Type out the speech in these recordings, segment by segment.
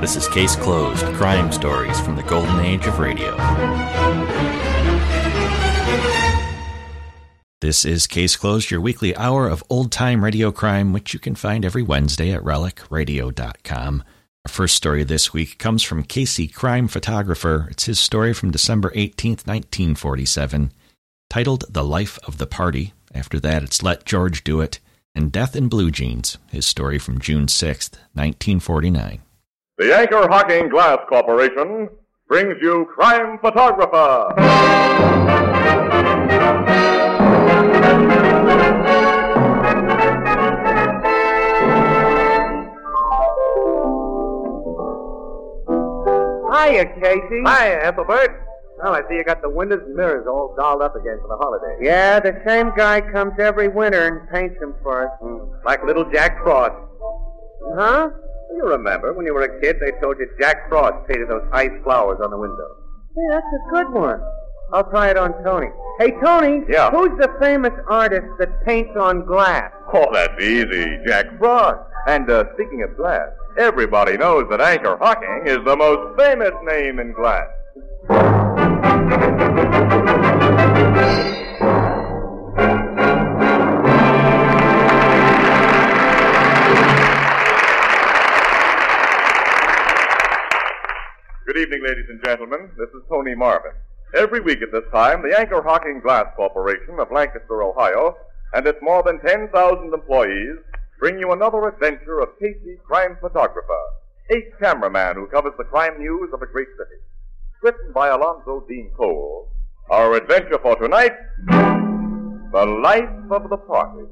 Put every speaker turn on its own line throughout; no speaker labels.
This is Case Closed Crime Stories from the Golden Age of Radio. This is Case Closed, your weekly hour of old time radio crime, which you can find every Wednesday at relicradio.com. Our first story this week comes from Casey, crime photographer. It's his story from December 18th, 1947, titled The Life of the Party. After that, it's Let George Do It and Death in Blue Jeans, his story from June 6th, 1949.
The Anchor Hocking Glass Corporation brings you Crime Photographer.
Hiya, Casey.
Hi, Ethelbert.
Well, I see you got the windows and mirrors all dolled up again for the holidays.
Yeah, the same guy comes every winter and paints them for us.
Hmm. Like little Jack Frost.
Huh?
You remember when you were a kid, they told you Jack Frost painted those ice flowers on the windows.
Hey, that's a good one. I'll try it on Tony. Hey, Tony.
Yeah?
Who's the famous artist that paints on glass?
Oh, that's easy, Jack Frost. And uh, speaking of glass, everybody knows that Anchor Hocking is the most famous name in glass. Good evening, ladies and gentlemen. This is Tony Marvin. Every week at this time, the Anchor Hocking Glass Corporation of Lancaster, Ohio, and its more than 10,000 employees bring you another adventure of Casey, crime photographer, a cameraman who covers the crime news of a great city. Written by Alonzo Dean Cole. Our adventure for tonight The Life of the Party.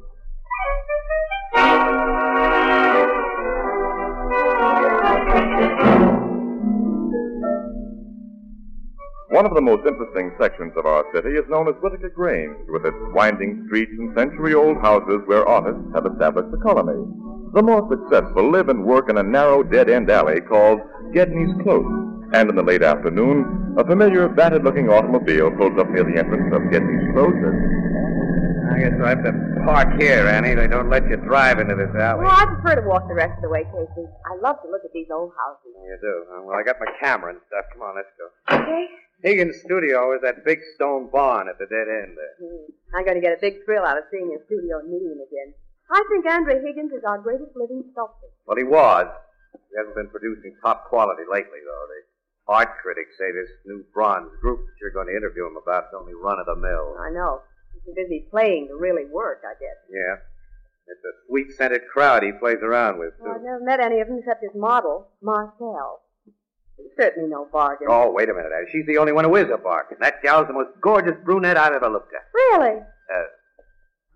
One of the most interesting sections of our city is known as Whittaker Grange, with its winding streets and century old houses where artists have established a colony. The more successful live and work in a narrow dead end alley called Gedney's Close, and in the late afternoon, a familiar battered looking automobile pulls up near the entrance of Gedney's Close. and-
I guess I have to park here, Annie. They don't let you drive into this alley.
Well, I prefer to walk the rest of the way, Casey. I love to look at these old houses.
You do. huh? Well, I got my camera and stuff. Come on, let's go.
Okay?
Higgins' studio is that big stone barn at the dead end there.
Hmm. I'm going to get a big thrill out of seeing a studio medium again. I think Andre Higgins is our greatest living sculptor.
Well, he was. He hasn't been producing top quality lately, though. The art critics say this new bronze group that you're going to interview him about is only run of the mill.
I know. He's too busy playing to really work, I guess.
Yeah. It's a sweet scented crowd he plays around with,
Well, I've
too.
never met any of them except his model, Marcel. He's certainly no bargain.
Oh, wait a minute. Annie. She's the only one who is a bargain. That gal's the most gorgeous brunette I've ever looked at.
Really?
Uh,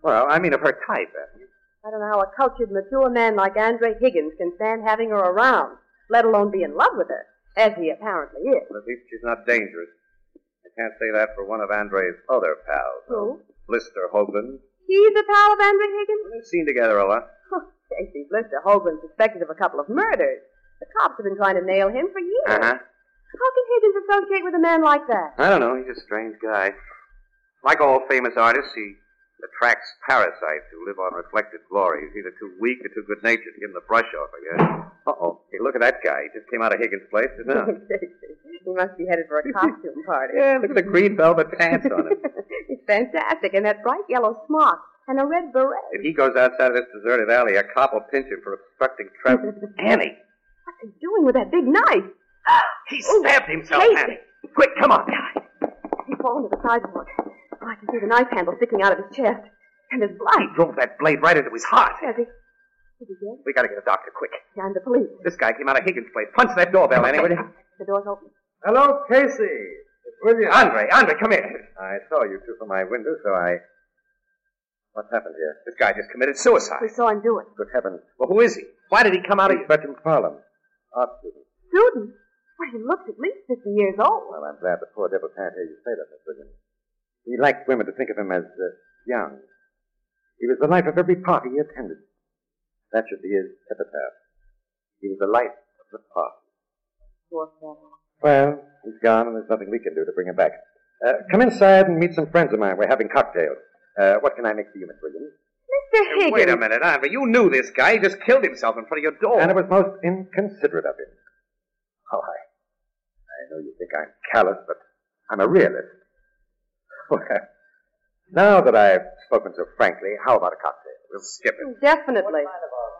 well, I mean, of her type, Annie.
I don't know how a cultured, mature man like Andre Higgins can stand having her around, let alone be in love with her, as he apparently is.
At least she's not dangerous. I can't say that for one of Andre's other pals.
Who?
Blister Hoagland.
He's a pal of Andre Higgins?
They've seen together a lot.
Oh, Casey Blister Hoagland's suspected of a couple of murders. The cops have been trying to nail him for years. How can Higgins associate with a man like that?
I don't know. He's a strange guy. Like all famous artists, he attracts parasites who live on reflected glory. He's either too weak or too good natured to give him the brush off, I guess. Uh oh. Hey, look at that guy. He just came out of Higgins' place, didn't he?
he must be headed for a costume party.
Yeah, look at the green velvet pants on him.
It's fantastic, and that bright yellow smock and a red beret.
If he goes outside of this deserted alley, a cop will pinch him for obstructing traffic. Annie!
What's he doing with that big knife?
He
Ooh,
stabbed himself,
Casey.
Annie! Quick, come on! He
He fallen to the sidewalk. Oh, I can see the knife handle sticking out of his chest, and there's blood.
drove that blade right into his heart.
Has he? Is he dead?
We gotta get a doctor, quick.
Yeah, I'm the police.
This guy came out of Higgins' place. Punch that doorbell, Annie, will you?
The door's open.
Hello, Casey. It's William.
Andre, Andre, come here. I saw you two from my window, so I. What happened here? This guy just committed suicide.
We saw him do it.
Good heavens. Well, who is he? Why did he come out of. Oh, Bertram Farlam.
Student? Why, he looks at least 50 years old.
Well, I'm glad the poor devil can't hear you say that, Miss Williams. He liked women to think of him as uh, young. He was the life of every party he attended. That should be his epitaph. He was the life of the party.
Poor fellow.
Well, he's gone, and there's nothing we can do to bring him back. Uh, come inside and meet some friends of mine. We're having cocktails. Uh, what can I make for you, Miss Williams?
Mr. Higgins.
Wait a minute, Andre. You knew this guy. He just killed himself in front of your door.
And it was most inconsiderate of him. Oh, I, I know you think I'm callous, but I'm a realist. Well, now that I've spoken so frankly, how about a cocktail? We'll skip it.
Definitely.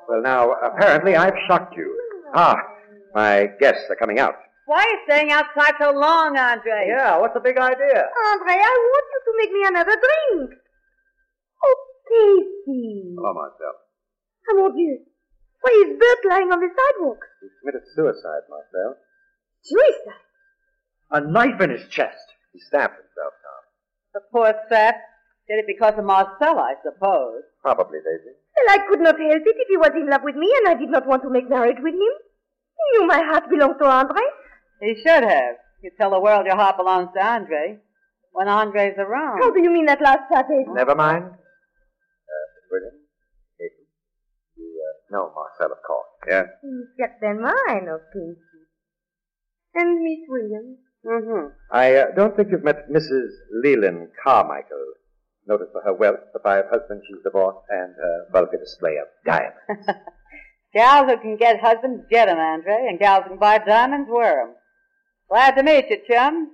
Well, now, apparently I've shocked you. Ah, my guests are coming out.
Why are you staying outside so long, Andre?
what's the big idea?
Andre, I want you to make me another drink. Oh, Casey.
Oh, Marcel.
Oh, mon Dieu. Why is Bert lying on the sidewalk?
He committed suicide, Marcel.
Suicide.
A knife in his chest. He stabbed himself, Tom.
The poor sap did it because of Marcella, I suppose.
Probably, Daisy.
Well, I could not help it if he was in love with me and I did not want to make marriage with him. He knew my heart belonged to Andre.
He should have. You tell the world your heart belongs to Andre when Andre's around.
How do you mean that last passage?
Never mind. Uh, Miss
Uh,
Williams? Casey? You uh, know Marcel, of course. Yeah?
Get them mine, okay. And Miss Williams.
Mm-hmm.
I uh, don't think you've met Mrs. Leland Carmichael. Noted for her wealth, the five husbands she's divorced, and her vulgar display of diamonds.
Gals who can get husbands get 'em, Andre, and gals who can buy diamonds wear 'em. Glad to meet you, chum.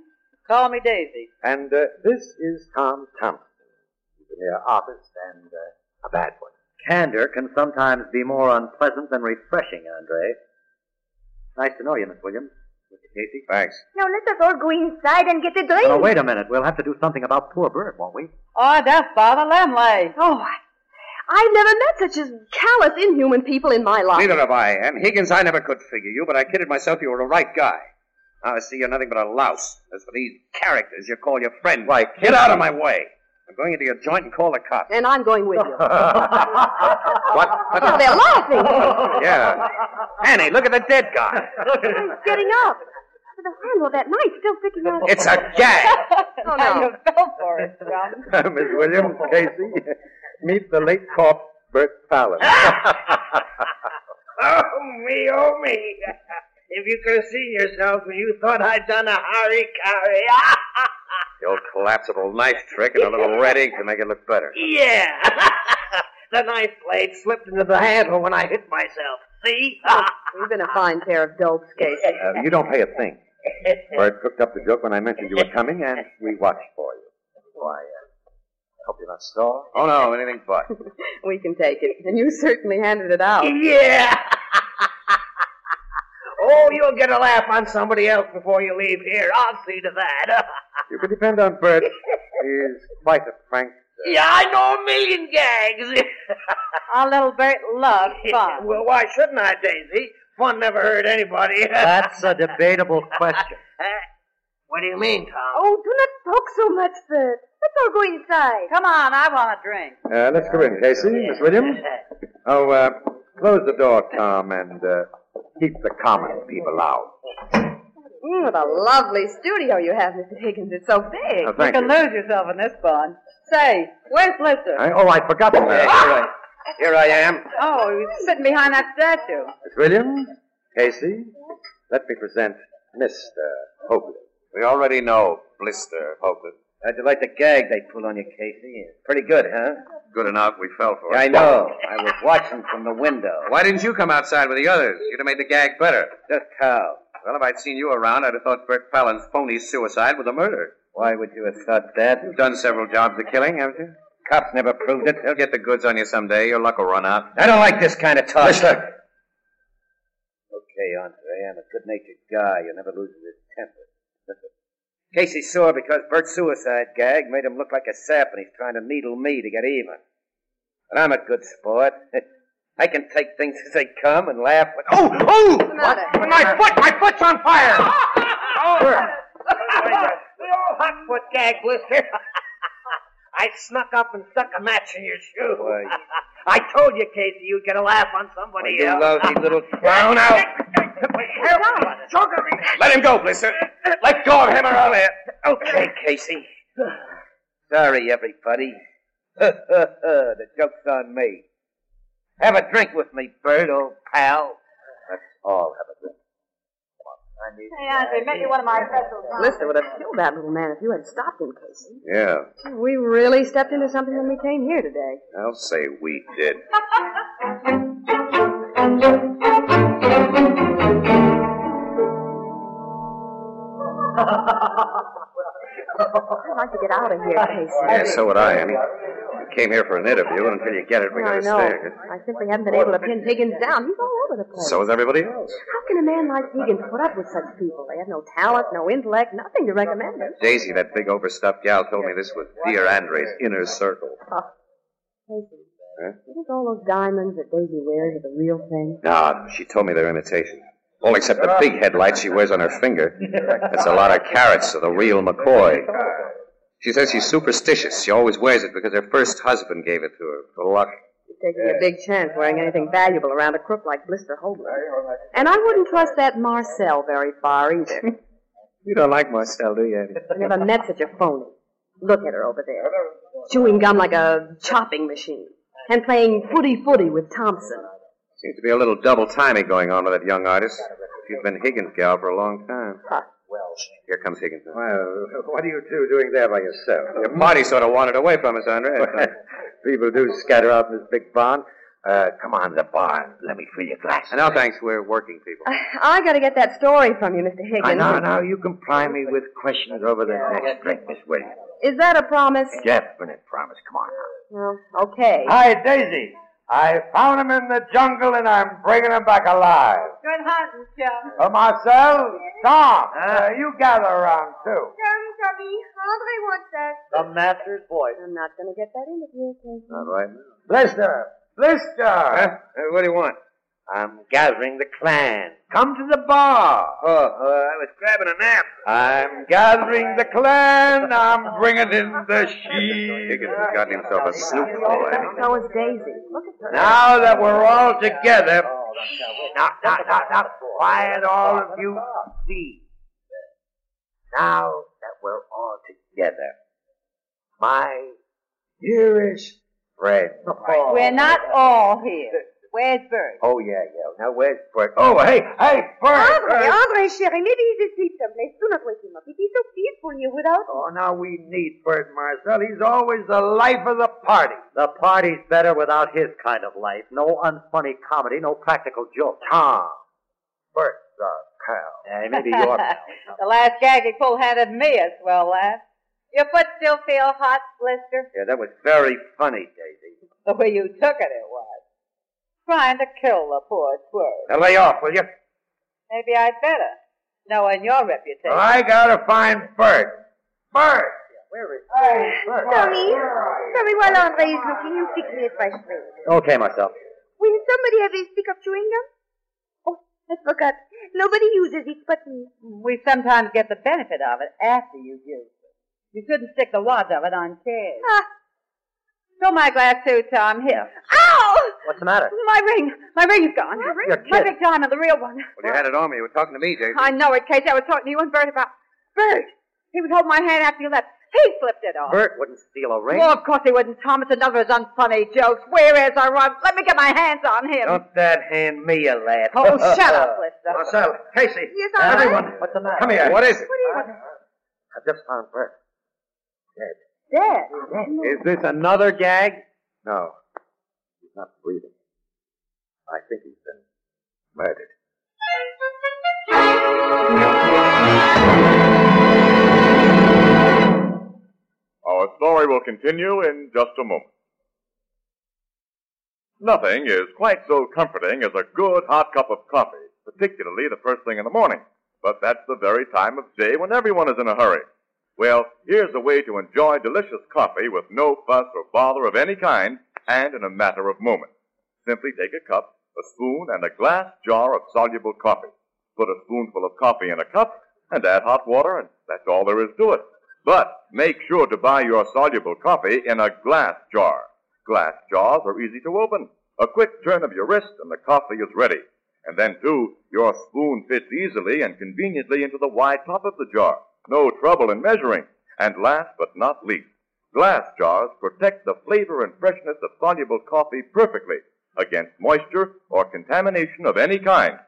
Call me Daisy.
and uh, this is Tom Thompson. He's a mere artist and uh, a bad one.
Candor can sometimes be more unpleasant than refreshing, Andre. Nice to know you, Miss Williams. Mr. Casey.
Thanks.
Now let us all go inside and get a drink.
Oh, wait a minute. We'll have to do something about poor Bert, won't we?
Oh, that's Father Lemley.
Oh, I, I never met such as callous, inhuman people in my life.
Neither have I, Ann. Higgins, I never could figure you, but I kidded myself you were a right guy. Now I see you're nothing but a louse. As for these characters you call your friends, why, get out of my way. I'm going into your joint and call the cops.
And I'm going with you.
What?
oh, they're laughing.
Yeah. Annie, look at the dead guy.
He's getting up. But The handle of that knife still sticking out.
It's a gag.
Oh,
Now
no.
you fell for it, chum.
Miss Williams, Casey, meet the late corpse, Bert Fallon.
Oh, me, oh, me. If you could have seen yourself when you thought I'd done a ah, harikari.
The old collapsible knife trick and a little red ink to make it look better.
yeah. the knife blade slipped into the handle when I hit myself. See?
Oh, You've been a fine pair of dopes, Casey.
Uh, you don't pay a thing. Bert cooked up the joke when I mentioned you were coming, and we watched for you. Why, uh, hope you're not sore. Oh, no, anything but.
We can take it. And you certainly handed it out.
yeah. oh, you'll get a laugh on somebody else before you leave here. I'll see to that.
You can depend on Bert. He's quite a frank. uh,
yeah, I know a million gags.
Our little Bert loves fun.
well, why shouldn't I, Daisy? Fun never hurt anybody.
That's a debatable question.
what do you mean, Tom?
Oh, do not talk so much, Bert. Let's all go inside.
Come on, I want a drink.
Uh, let's go in, Casey. Miss Williams? Oh, uh, close the door, Tom, and uh, keep the common people out.
Mm, what a lovely studio you have, Mr. Higgins. It's so big.
Oh, thank
you can
you.
lose yourself in this one. Say, where's Blitzer?
I, oh, I forgot. Uh, here, I, here I am.
Oh, he's sitting behind that statue.
Miss Williams, Casey, let me present Mr. Hoagland. We already know Blister Hoagland.
How'd you like the gag they pulled on you, Casey? Pretty good, huh?
Good enough, we fell for it.
I know. I was watching from the window.
Why didn't you come outside with the others? You'd have made the gag better.
The cow.
Well, if I'd seen you around, I'd have thought Bert Fallon's phony suicide was a murder.
Why would you have thought that?
You've done several jobs of killing, haven't you?
Cops never proved it.
They'll get the goods on you someday. Your luck will run out.
I don't like this kind of talk. Listen. Okay, Andre, I'm a good-natured guy. You never loses his temper. Listen. Casey's sore because Bert's suicide gag made him look like a sap, and he's trying to needle me to get even. But I'm a good sport. I can take things as they come and laugh. When... Oh,
Oh!
the matter?
My foot! My foot's on fire!
Oh, we all hot foot gag, Blister. I snuck up and stuck a match in your shoe.
Why, you-
I told you, Casey, you'd get a laugh on somebody
you
else.
lousy little
Down
clown!
out!
Joker,
Let him go, Blister. Let go of him or I'll air.
Okay, Casey. Sorry, everybody. the joke's on me. Have a drink with me, Bert, old pal. Let's all have a drink. Come on, I need.
Hey, Andre, make me one of my special drinks.
Blister would have killed that little man if you had stopped him, Casey.
Yeah,
We really stepped into something when we came here today.
I'll say we did.
I'd like to get out of here, Casey.
Yeah, so would I. I mean, you came here for an interview, and until you get it, we
I
gotta
know.
stay.
I simply haven't been able to pin Higgins down. He's all over the place.
So is everybody else.
How can a man like Higgins put up with such people? They have no talent, no intellect, nothing to recommend them.
Daisy, that big overstuffed gal, told me this was dear Andre's inner circle.
Oh, Casey,
Huh?
you think all those diamonds that Daisy wears are the real thing?
No, she told me they're imitations. All except the big headlight she wears on her finger. That's a lot of carrots of the real McCoy. She says she's superstitious. She always wears it because her first husband gave it to her for luck.
You're taking a big chance wearing anything valuable around a crook like Blister Hoagland. And I wouldn't trust that Marcel very far either.
You don't like Marcel, do you,
I never met such a phony. Look at her over there, chewing gum like a chopping machine, and playing footy footy with Thompson.
Seems to be a little double timing going on with that young artist. She's been Higgins' gal for a long time.
Huh.
Here comes Higgins. now.
Well, what are you two doing there by yourself?
Your party sort of wandered away from us, Andre.
People do scatter out in this big barn. Uh, come on to the barn. Let me fill your glass.
no, thanks. We're working people.
I gotta get that story from you, Mr. Uh, Higgins.
I know, now you can ply me with questions over the next drink, Miss Williams.
Is that a promise?
Definite promise. Come on.
Well, okay.
Hi, Daisy. I found him in the jungle and I'm bringing him back alive.
Good hunting, chum.
Uh, Marcel, Tom, uh, you gather around too.
The master's voice.
I'm not gonna get that interview, Casey.
Not right now.
Blister, Blister.
what do you want?
I'm gathering the clan. Come to the bar. Oh, I was grabbing a nap. I'm gathering the clan. I'm bringing in the sheep.
Higgins has gotten himself a snoop boy.
So is Daisy. Look at her.
Now that we're all together. Now, now, now, now, quiet, all of you. Please. Now that we're all together, my dearest friend.
We're not all here. Where's Bert?
Oh, yeah, yeah. Now, where's Bert? Oh, hey, hey, Bert!
Andre,
Bert.
Andre, chérie, maybe he's asleep someplace. Do not wake him up. He'd be so peaceful here without
Oh, now we need Bert Marcel. He's always the life of the party. The party's better without his kind of life. No unfunny comedy, no practical joke. Tom. Bert's a pal. Yeah, maybe your pal.
the last gag he pulled had at me a swell laugh. Your foot still feel hot, Blister?
Yeah, that was very funny, Daisy.
The way you took it, it was. Trying to kill the poor swerve.
Now lay off, will you?
Maybe I'd better, knowing your reputation.
Well, I gotta find Bert. Bert! Where is hey, Bert?
Tony, Tony, while Andre is looking, you fix me a fresh drink.
Okay, myself.
Will somebody have a stick of chewing gum? Oh, I forgot. Nobody uses it but me.
We sometimes get the benefit of it after you've used it. You shouldn't stick the wad of it on chairs.
Ah,
Fill my glass too, Tom. Here.
ow!
What's the matter?
My ring. My ring's gone.
You're
My
kidding.
big diamond, the real one.
Well, you had it on me. You were talking to me, Jason.
I know it, Casey. I was talking to you and Bert about Bert. He would hold my hand after you left. He slipped it off.
Bert wouldn't steal a ring.
Well, of course he wouldn't, Tom. It's another of his unfunny jokes. Where is I run? Let me get my hands on him.
Don't that hand me a laugh.
Oh, shut Oh. up, Lester.
Marcel, Casey,
Yes, all right.
everyone, what's the matter? Come here.
What is it?
I just found Bert.
Dead.
Is this another gag? No, he's not breathing. I think he's been murdered.
Our story will continue in just a moment. Nothing is quite so comforting as a good hot cup of coffee, particularly the first thing in the morning. But that's the very time of day when everyone is in a hurry. Well, here's a way to enjoy delicious coffee with no fuss or bother of any kind and in a matter of moments. Simply take a cup, a spoon, and a glass jar of soluble coffee. Put a spoonful of coffee in a cup and add hot water, and that's all there is to it. But make sure to buy your soluble coffee in a glass jar. Glass jars are easy to open. A quick turn of your wrist and the coffee is ready. And then, too, your spoon fits easily and conveniently into the wide top of the jar. No trouble in measuring. And last but not least, glass jars protect the flavor and freshness of soluble coffee perfectly against moisture or contamination of any kind.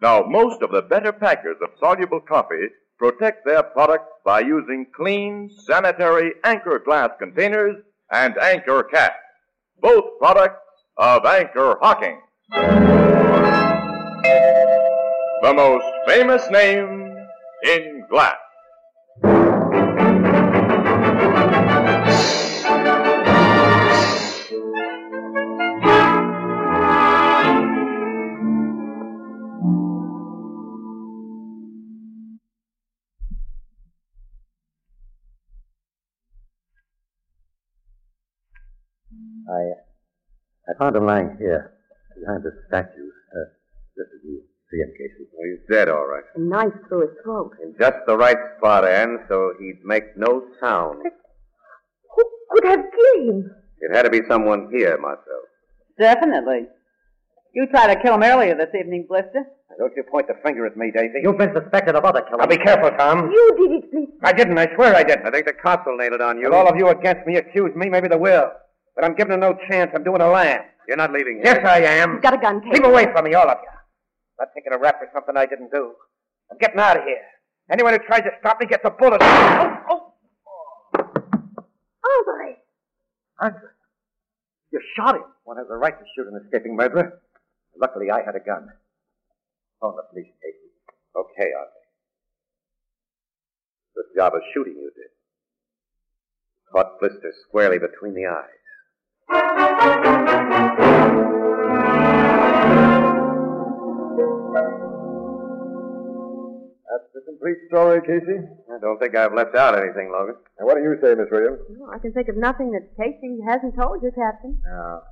Now, most of the better packers of soluble coffee protect their products by using clean, sanitary anchor glass containers and anchor caps. Both products of Anchor Hocking. The most famous name in glass.
I, I found him lying here, behind the statues. Uh, this is you. See him, Casey.
Well, he's dead, all right.
A knife through his throat.
In just the right spot, Ann, so he'd make no sound.
Could have killed him.
It had to be someone here, Marcel.
Definitely. You tried to kill him earlier this evening, Blister.
Don't you point the finger at me, Daisy.
You've been suspected of other killings.
Now be careful, Tom.
You did it, please.
I didn't. I swear I didn't.
I think the cops will nail it on you.
If all of you against me accuse me, maybe they will. But I'm giving them no chance. I'm doing a lamb.
You're not leaving
Yes, I am.
He's got a gun, Casey.
Keep away from me, all of you. I'm not taking a rap for something I didn't do. I'm getting out of here. Anyone who tries to stop me gets a bullet. Oh, oh.
Andre.
Andre, you shot him. One has a right to shoot an escaping murderer. Luckily, I had a gun. Phone the police, Casey.
Okay, Andre. Good job of shooting you did. Caught Blister squarely between the eyes.
That's the complete story, Casey.
I don't think I've left out anything, Logan.
Now, what do you say, Miss Williams?
Well, I can think of nothing that Casey hasn't told you, Captain.
No.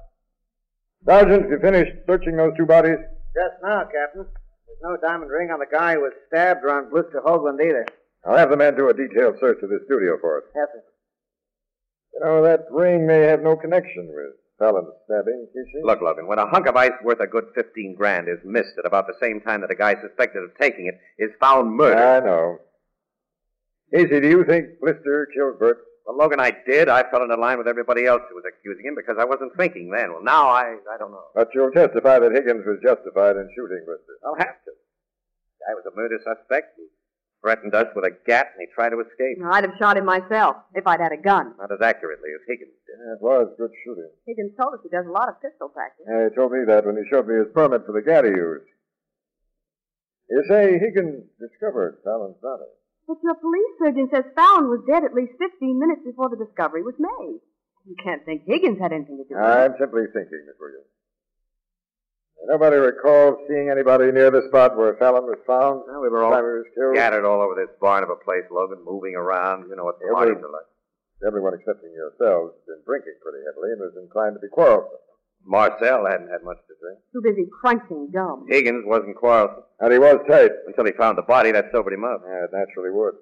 Sergeant, you finished searching those two bodies?
Just now, Captain. There's no diamond ring on the guy who was stabbed or on Blister Hoagland either.
I'll have the men do a detailed search of this studio for us.
Captain.
You know, that ring may have no connection with Fallon's stabbing, Casey.
Look, Logan, when a hunk of ice worth a good 15 grand is missed at about the same time that a guy suspected of taking it is found murdered.
I know. Casey, do you think Blister killed Bert?
Well, Logan, I did. I fell into line with everybody else who was accusing him because I wasn't thinking then. Well, now I, I don't know.
But you'll testify that Higgins was justified in shooting Blister.
I'll have to. The guy was a murder suspect. He threatened us with a gat and he tried to escape.
Now, I'd have shot him myself if I'd had a gun.
Not as accurately as Higgins did.
Yeah, it was good shooting.
Higgins told us he does a lot of pistol practice.
Yeah, he told me that when he showed me his permit for the gat he used. You say Higgins discovered Fallon's body.
But your police surgeon says Fallon was dead at least 15 minutes before the discovery was made. You can't think Higgins had anything to do with
Uh,
it.
I'm simply thinking, Miss Williams. Nobody recalls seeing anybody near the spot where Fallon was found.
Well, we were all
the time he was killed.
Scattered all over this barn of a place, Logan, moving around. You know what the
Every-
bodies are like.
Everyone excepting yourselves had been drinking pretty heavily and was inclined to be quarrelsome.
Marcel hadn't had much to drink.
Too busy crunching gum.
Higgins wasn't quarrelsome.
And he was tight.
Until he found the body, that sobered him up.
Yeah, it naturally would.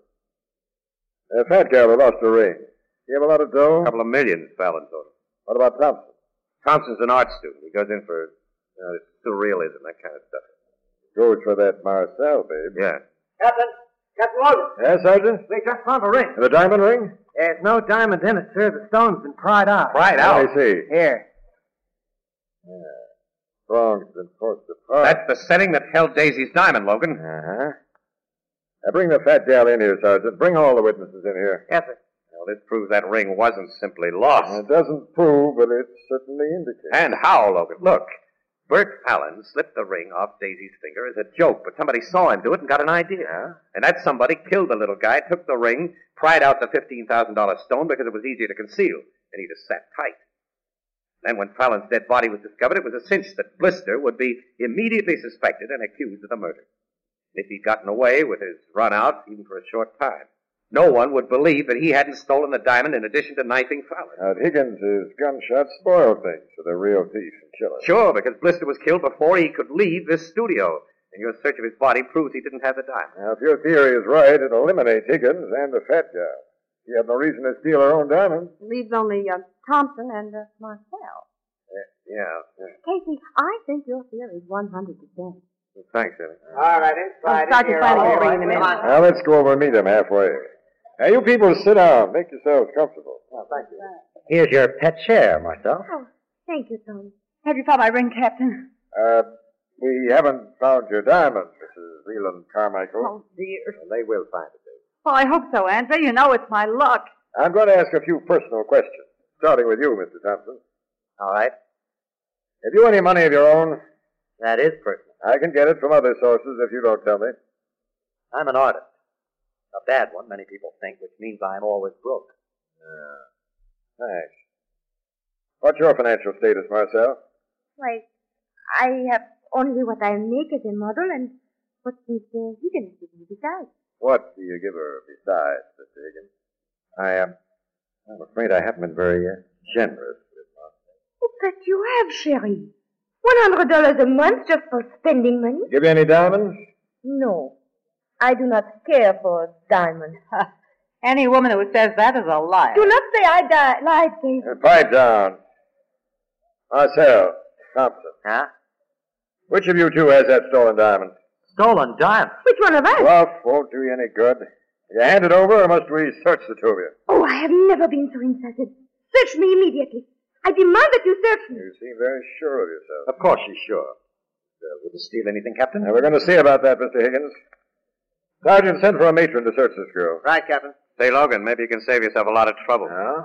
A Uh, fat gal who lost her ring. She have a lot of dough?
A couple of millions, Fallon told him.
What about Thompson?
Thompson's an art student. He goes in for you know, surrealism, that kind of stuff.
Goes for that Marcel, babe.
Yeah.
Captain, Captain Logan.
Yes, Sergeant? Oh,
We just found a ring.
And the diamond ring?
There's no diamond in it, sir. The stone's been pried out.
Right out.
I see.
Here.
Yeah. Strong's been forced apart.
That's the setting that held Daisy's diamond, Logan.
Uh-huh. Now bring the fat gal in here, Sergeant. Bring all the witnesses in here.
Yes, sir.
Well, this proves that ring wasn't simply lost.
And it doesn't prove, but it certainly indicates.
And how, Logan? Look, Bert Fallon slipped the ring off Daisy's finger as a joke, but somebody saw him do it and got an idea. And that somebody killed the little guy, took the ring, pried out the $15,000 stone because it was easier to conceal, and he just sat tight. Then, when Fallon's dead body was discovered, it was a cinch that Blister would be immediately suspected and accused of the murder. And if he'd gotten away with his run out, even for a short time, no one would believe that he hadn't stolen the diamond in addition to knifing Fallon.
Now, Higgins' gunshot spoiled things for the real thief and killer.
Sure, because Blister was killed before he could leave this studio. And your search of his body proves he didn't have the diamond.
Now, if your theory is right, it eliminates Higgins and the fat guy. She had no reason to steal her own diamond.
Leaves only uh, Thompson and uh, Marcel.
Yeah. yeah.
Casey, I think your theory is 100%.
Thanks, Eddie.
All right, it's
Oh, Sergeant Flanagan, bring them in.
Now, let's go over and meet them halfway. Now, you people sit down. Make yourselves comfortable.
Oh, Here's your pet chair, Marcel.
Oh, thank you, Tony.
Have you found my ring, Captain?
Uh, we haven't found your diamond, Mrs. Leland Carmichael.
Oh, dear.
And they will find it.
Oh, I hope so, Andre. You know it's my luck.
I'm going to ask a few personal questions, starting with you, Mr. Thompson.
All right.
Have you any money of your own?
That is personal.
I can get it from other sources if you don't tell me.
I'm an artist. A bad one, many people think, which means I'm always broke.
Thanks. What's your financial status, Marcel?
Why, I have only what I make as a model and what Mr. Higgins give me besides.
What do you give her besides, Mr. um, Higgins? I am. I'm afraid I haven't been very uh, generous with Marcel.
that you have, Sherry. $100 a month just for spending money?
Give you any diamonds?
No. I do not care for diamonds.
Any woman who says that is a liar.
do not say I di- lied, David.
Uh,
Pipe down. Marcel, Thompson. Huh? Which of you two has that stolen diamond? Stolen diamond?
Which one of us?
Bluff won't do you any good. Will you hand it over, or must we search the two of you?
Oh, I have never been so insulted. Search me immediately. I demand that you search me.
You seem very sure of yourself.
Of course she's sure. Girl wouldn't steal anything, Captain.
Now, we're going to see about that, Mr. Higgins. Sergeant, send for a matron to search this girl.
Right, Captain. Say, Logan, maybe you can save yourself a lot of trouble.
Huh?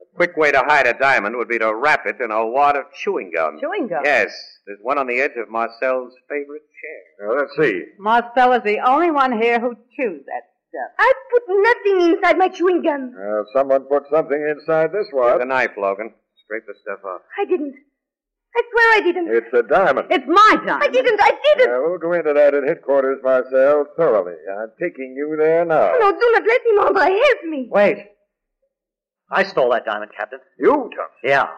A quick way to hide a diamond would be to wrap it in a wad of chewing gum.
Chewing gum?
Yes. There's one on the edge of Marcel's favorite chair.
Now, let's see.
Marcel is the only one here who chews that stuff.
I put nothing inside my chewing gum.
Now, Uh, someone put something inside this wad.
The knife, Logan. Scrape the stuff off.
I didn't. I swear I didn't.
It's a diamond.
It's my
I didn't. I didn't.
Yeah, we'll go into that at headquarters, Marcel, thoroughly. I'm taking you there now.
Oh, no, do not let him, Andre. Help me.
Wait. I stole that diamond, Captain.
You, Thompson?
Yeah.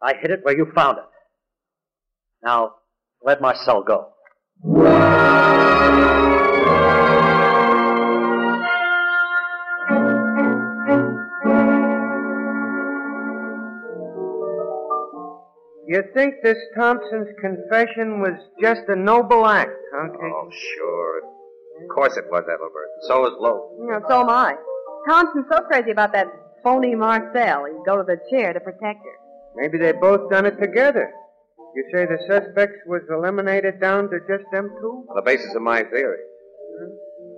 I hid it where you found it. Now, let Marcel go.
You think this Thompson's confession was just a noble act, huh,
Oh, sure. Of course it was, Ethelbert. So is Logan.
You know, so am I. Thompson's so crazy about that phony Marcel, he'd go to the chair to protect her.
Maybe they both done it together. You say the suspects was eliminated down to just them two?
On the basis of my theory.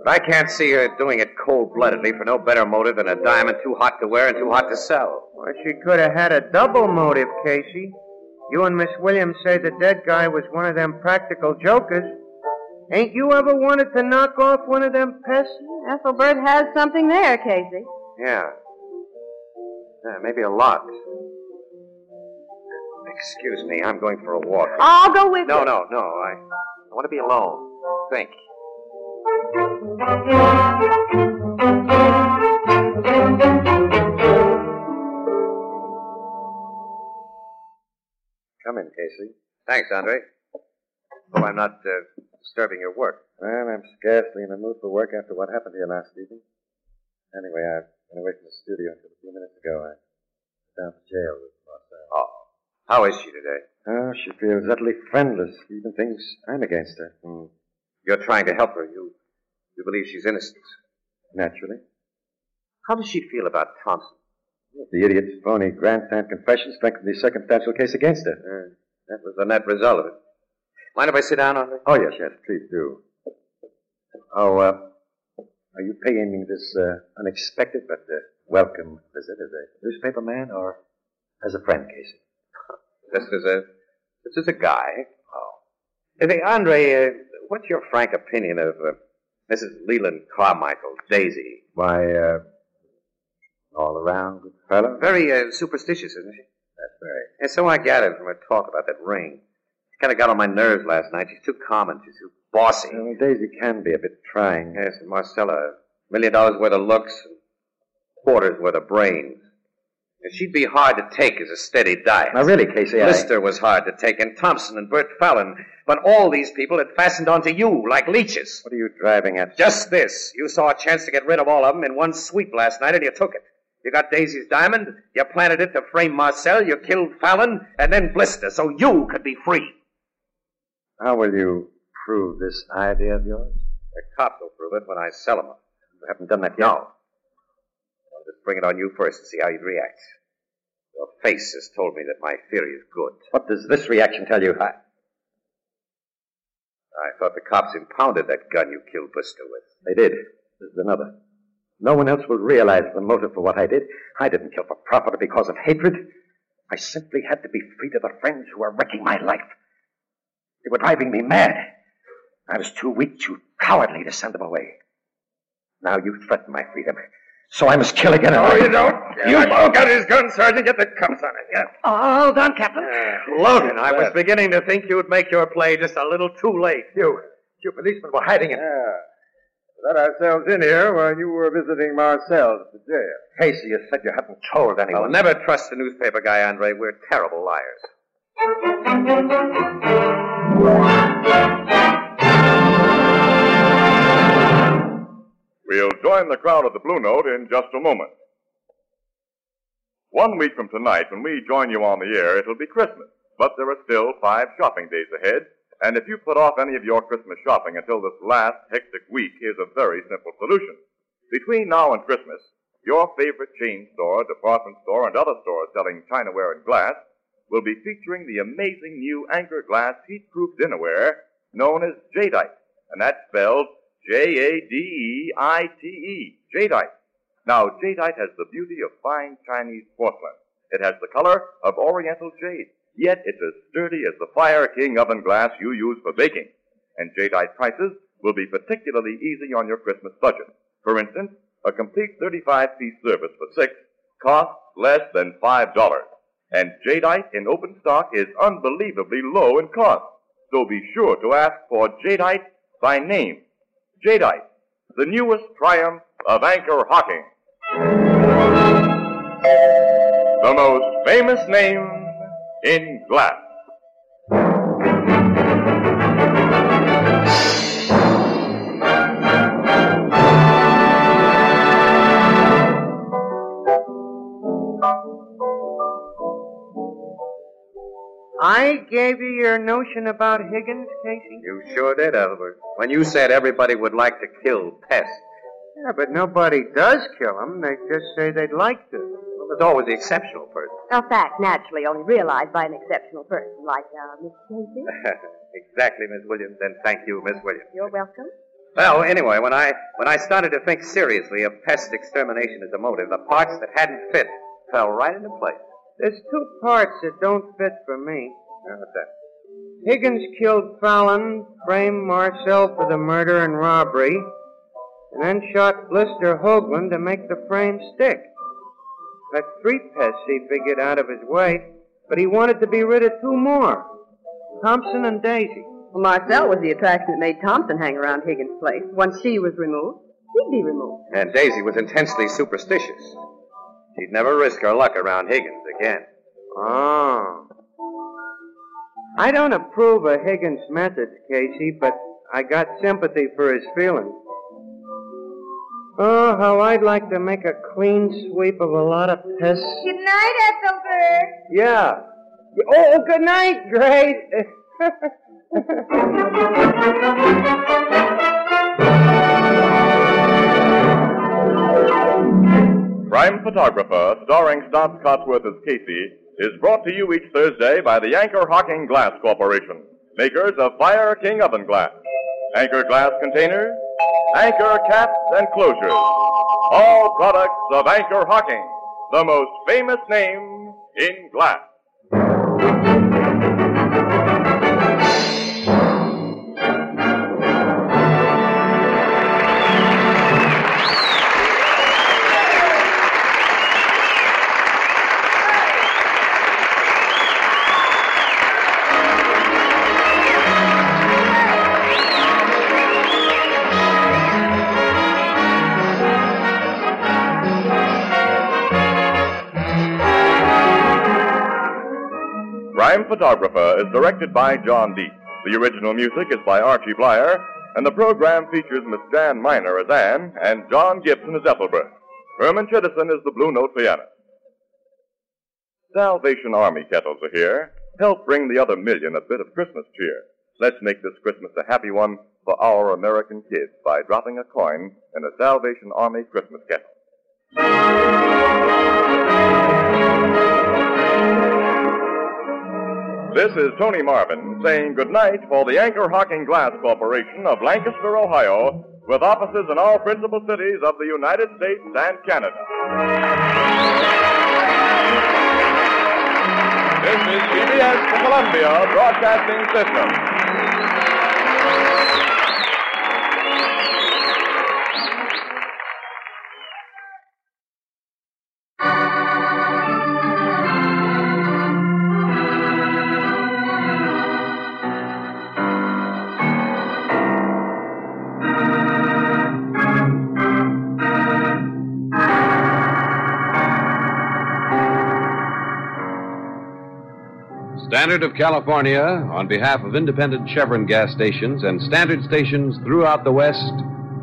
But I can't see her doing it cold-bloodedly for no better motive than a diamond too hot to wear and too hot to sell.
Well, she could have had a double motive, Casey. You and Miss Williams say the dead guy was one of them practical jokers. Ain't you ever wanted to knock off one of them pests?
Ethelbert has something there, Casey.
Yeah. Yeah, maybe a lot. Excuse me, I'm going for a walk.
I'll go with
No,
you.
no, no. I, Oh, I want to be alone. Think.
Come in, Casey.
Thanks, Andre. Hope I'm not uh, disturbing your work.
Well, I'm scarcely in the mood for work after what happened here last evening. Anyway, I went away from the studio until a few minutes ago. I went down to jail with Marcel.
Oh. How is she today?
Oh, she feels utterly friendless. Even things I'm against her. Hmm.
You're trying to help her. You, you believe she's innocent.
Naturally.
How does she feel about Thompson?
The idiot's phony grandstand confession strengthened the circumstantial case against her.
Uh, that was the net result of it. Mind if I sit down on her?
Oh, yes, yes, please do. Oh, uh, are you paying me this uh, unexpected but uh, welcome visit as a newspaper man or as a friend, Casey?
This is a, this is a guy. Oh. Hey, Andre, uh, what's your frank opinion of uh, Mrs. Leland Carmichael, Daisy?
Why, uh, all around good fellow?
Very uh, superstitious, isn't she?
That's very.
And so I gathered from her talk about that ring. She kind of got on my nerves last night. She's too common. She's too bossy.
Well, Daisy can be a bit trying.
Yes, and Marcella, a million dollars worth of looks, and quarters worth of brains. And she'd be hard to take as a steady diet.
Now, really, Casey, I-
Lister was hard to take, and Thompson and Bert Fallon. But all these people had fastened onto you like leeches.
What are you driving at?
Just this. You saw a chance to get rid of all of them in one sweep last night, and you took it. You got Daisy's diamond, you planted it to frame Marcel, you killed Fallon, and then Blister, so you could be free.
How will you prove this idea of yours?
The cops will prove it when I sell them.
You haven't done that yet.
No. I'll just bring it on you first and see how you'd react. Your face has told me that my theory is good.
What does this reaction tell you? I,
I thought the cops impounded that gun you killed Blister with.
They did. This is another. No one else will realize the motive for what I did. I didn't kill for profit or because of hatred. I simply had to be free to the friends who were wrecking my life. They were driving me mad. I was too weak, too cowardly to send them away. Now you threaten my freedom, so I must kill again. No, you don't.
You broke out his gun, Sergeant. Get the cops on it. Yeah.
Oh, hold on, Captain.
Logan, I was
beginning to think you'd make your play just a little too late.
You, you policemen were hiding it.
Yeah. Let ourselves in here while you were visiting Marcel's to jail.
Casey, you said you hadn't told anyone.
I'll never trust a newspaper guy, Andre. We're terrible liars.
We'll join the crowd at the Blue Note in just a moment. One week from tonight, when we join you on the air, it'll be Christmas. But there are still five shopping days ahead, and if you put off any of your Christmas shopping until this last hectic week, here's a very simple solution. Between now and Christmas, your favorite chain store, department store, and other stores selling chinaware and glass will be featuring the amazing new Anchor Glass heat-proof dinnerware known as Jadeite, and that's spelled E J-A-D-E-I-T-E, E, Jadeite. Now, jadeite has the beauty of fine Chinese porcelain. It has the color of oriental jade, yet it's as sturdy as the Fire King oven glass you use for baking. And jadeite prices will be particularly easy on your Christmas budget. For instance, a complete 35-piece service for six costs less than $5. And jadeite in open stock is unbelievably low in cost. So be sure to ask for jadeite by name. Jadeite, the newest triumph of anchor hocking. The most famous name in glass.
I gave you your notion about Higgins, Casey.
You sure did, Albert. When you said everybody would like to kill pests.
Yeah, but nobody does kill them. They just say they'd like to.
Well, there's always the exceptional person.
A fact, naturally, only realized by an exceptional person like uh, Miss Casey.
exactly, Miss Williams, and thank you, Miss Williams.
You're welcome.
Well, anyway, when I when I started to think seriously of pest extermination as a motive, the parts that hadn't fit fell right into place.
There's two parts that don't fit for me.
Now, what's Uh, that?
Higgins killed Fallon, framed Marcel for the murder and robbery, and then shot Blister Hoagland to make the frame stick. That's three pests he figured out of his way, but he wanted to be rid of two more Thompson and Daisy.
Well, Marcel was the attraction that made Thompson hang around Higgins' place. Once she was removed, he'd be removed.
And Daisy was intensely superstitious. She'd never risk her luck around Higgins again.
Oh. I don't approve of Higgins' methods, Casey, but I got sympathy for his feelings. Oh, how I'd like to make a clean sweep of a lot of piss.
Good night, Ethelbert.
Yeah. Oh, good night, Great.
Crime Photographer, starring Stott Cotsworth as Casey, is brought to you each Thursday by the Anchor Hocking Glass Corporation, makers of Fire King Oven Glass, Anchor Glass Containers, Anchor Caps and Closures. All products of Anchor Hocking, the most famous name in glass. Crime Photographer is directed by John Deep. The original music is by Archie Blyer, and the program features Miss Jan Miner as Anne and John Gibson as Ethelbert. Herman Chittison is the Blue Note pianist. Salvation Army kettles are here. Help bring the other million a bit of Christmas cheer. Let's make this Christmas a happy one for our American kids by dropping a coin in a Salvation Army Christmas kettle. This is Tony Marvin saying goodnight for the Anchor Hocking Glass Corporation of Lancaster, Ohio, with offices in all principal cities of the United States and Canada. This is CBS, the Columbia Broadcasting System.
Standard of California, on behalf of independent Chevron gas stations and standard stations throughout the West,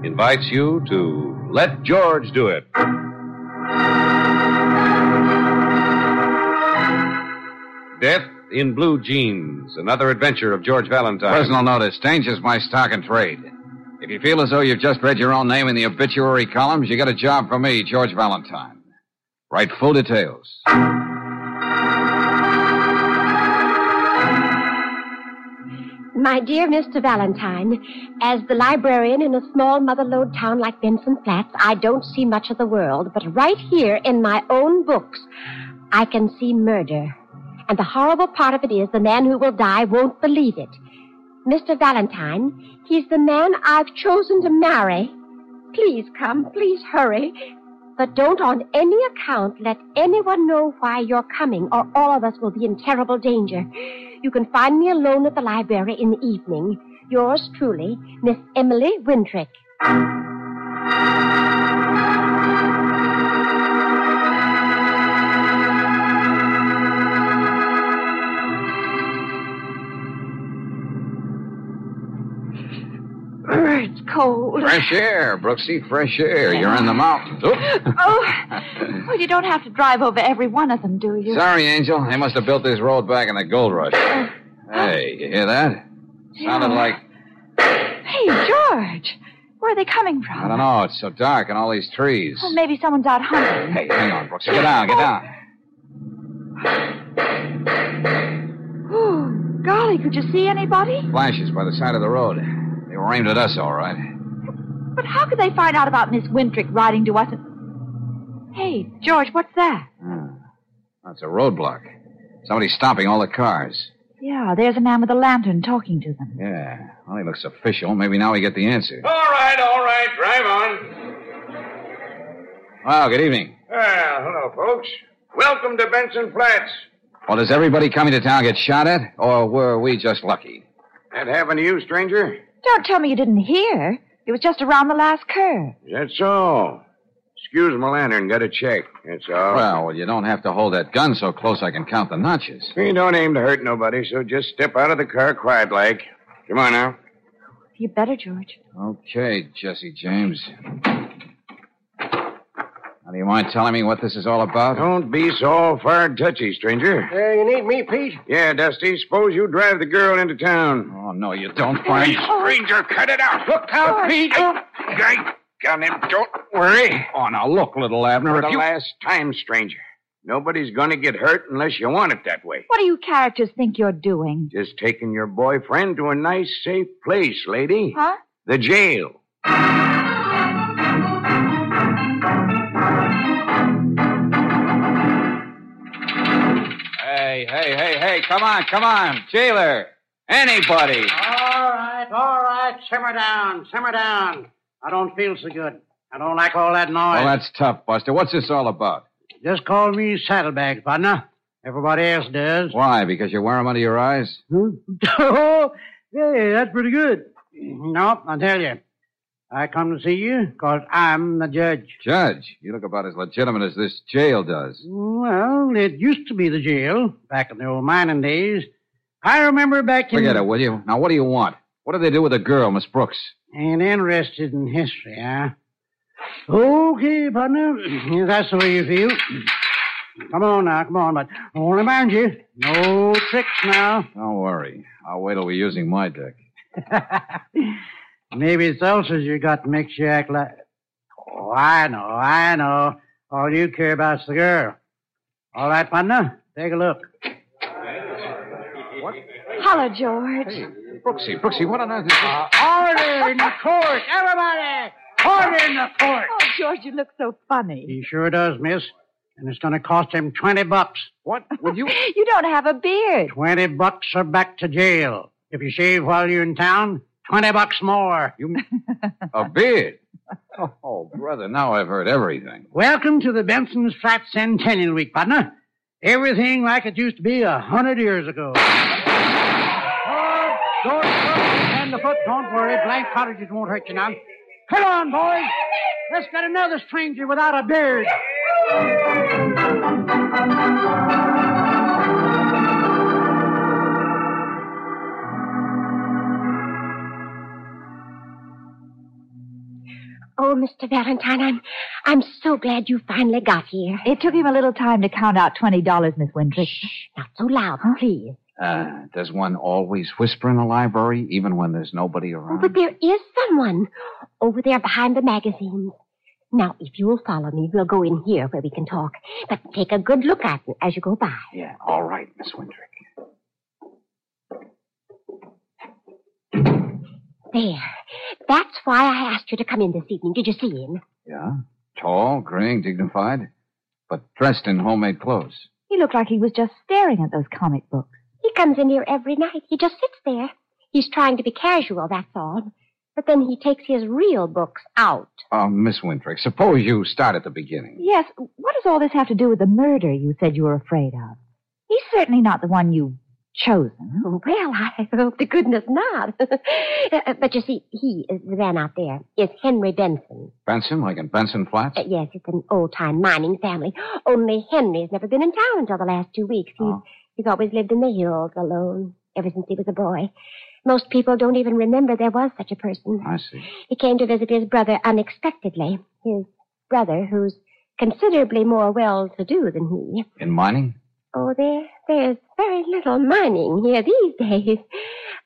invites you to Let George Do It. Death in Blue Jeans, another adventure of George Valentine.
Personal notice changes my stock and trade. If you feel as though you've just read your own name in the obituary columns, you get a job from me, George Valentine. Write full details.
My dear Mr. Valentine, as the librarian in a small motherlode town like Benson Flats, I don't see much of the world, but right here in my own books, I can see murder. And the horrible part of it is the man who will die won't believe it. Mr. Valentine, he's the man I've chosen to marry. Please come, please hurry. But don't on any account let anyone know why you're coming, or all of us will be in terrible danger. You can find me alone at the library in the evening. Yours truly, Miss Emily Wintrick. Brr, It's cold.
Fresh air, Brooksy, fresh air. You're in the mountains. Oop.
Oh, well, you don't have to drive over every one of them, do you?
Sorry, Angel. They must have built this road back in the gold rush. Hey, you hear that? Sounded
Yeah.
like,
Hey, George, where are they coming from?
I don't know, it's so dark and all these trees.
Oh, maybe someone's out hunting.
Hey, hang on, Brooksy. Get down, get down.
Oh, golly, could you see anybody?
Flashes by the side of the road. They were aimed at us, all right.
But how could they find out about Miss Wintrick riding to us? And... Hey, George, what's that?
That's a roadblock. Somebody's stopping all the cars.
Yeah, there's a man with a lantern talking to them.
Yeah. Well, he looks official. Maybe now we get the answer.
All right, all right, drive on.
Wow, good evening.
Well, hello, folks. Welcome to Benson Flats.
Well, does everybody coming to town get shot at, or were we just lucky?
That happened to you, stranger?
Don't tell me you didn't hear. It was just around the last curve.
Is that so? Excuse my lantern. Got a check. That's all.
Well, you don't have to hold that gun so close I can count the notches.
We don't aim to hurt nobody, so just step out of the car quiet like. Come on now.
You better, George.
Okay, Jesse James. Now, do you mind telling me what this is all about?
Don't be so far touchy, stranger.
Uh, you need me, Pete?
Yeah, Dusty, suppose you drive the girl into town.
Oh, no, you don't,
Frank.
stranger, cut it out. Look
out, Pete.
Guy, gun him. Don't worry. Oh, now look, little Abner.
For the
if you...
last time, stranger. Nobody's going to get hurt unless you want it that way.
What do you characters think you're doing?
Just taking your boyfriend to a nice, safe place, lady.
Huh?
The jail.
Hey, hey, hey, hey, come on, come on. Jailer. Anybody.
All right, all right. Simmer down, simmer down. I don't feel so good. I don't like all that noise.
Well, that's tough, Buster. What's this all about?
Just call me Saddlebags, partner. Everybody else does.
Why? Because you wear them under your eyes?
oh, yeah, that's pretty good. No, I tell you. I come to see you because I'm the judge.
Judge, you look about as legitimate as this jail does.
Well, it used to be the jail back in the old mining days. I remember back in.
Forget it, will you? Now, what do you want? What did they do with the girl, Miss Brooks?
Ain't interested in history, huh? Okay, partner. If that's the way you feel. Come on now, come on, but only mind you, no tricks now.
Don't worry. I'll wait till we're using my deck.
Maybe it's ulcers you got makes you act like. Oh, I know, I know. All you care about's the girl. All right, partner, take a look.
Hello, George.
Brooksy, Brooksy, what on earth is this?
Uh,
Ah,
Order in the court, everybody! Order in the court!
Oh, George, you look so funny.
He sure does, miss. And it's going to cost him 20 bucks.
What? Would you?
You don't have a beard.
20 bucks or back to jail. If you shave while you're in town, 20 bucks more.
You... A beard? Oh, brother, now I've heard everything.
Welcome to the Benson's Flat Centennial Week, partner. Everything like it used to be a hundred years ago. Oh, George, stand the foot. Don't worry. Blank cottages won't hurt you now. Come on, boys. Let's get another stranger without a beard.
Mr. Oh, Valentine. I'm, I'm so glad you finally got here.
It took him a little time to count out twenty dollars, Miss Winthrop.
Not so loud, please.
Uh, does one always whisper in a library, even when there's nobody
Oh,
around?
but there is someone over there behind the magazines. Now, if you'll follow me, we'll go in here where we can talk. But take a good look at me as you go by.
Yeah, all right, Miss Wintrick.
There. That's why I asked you to come in this evening. Did you see him?
Yeah? Tall, grinning, dignified, but dressed in homemade clothes.
He looked like he was just staring at those comic books.
He comes in here every night. He just sits there. He's trying to be casual, that's all. But then he takes his real books out.
Uh, Miss Wintrick, suppose you start at the beginning.
Yes, what does all this have to do with the murder you said you were afraid of? He's certainly not the one you chosen.
Oh, Well, I hope to goodness not. Uh, but you see, he, uh, the man out there, is Henry Benson.
Benson, like in Benson Flats?
Uh, yes, it's an old-time mining family. Only Henry's never been in town until the last two weeks. He's,
Oh.
he's always lived in the hills alone ever since he was a boy. Most people don't even remember there was such a person.
I see.
He came to visit his brother unexpectedly. His brother, who's considerably more well-to-do than he.
In mining?
Oh, there, there's very little mining here these days.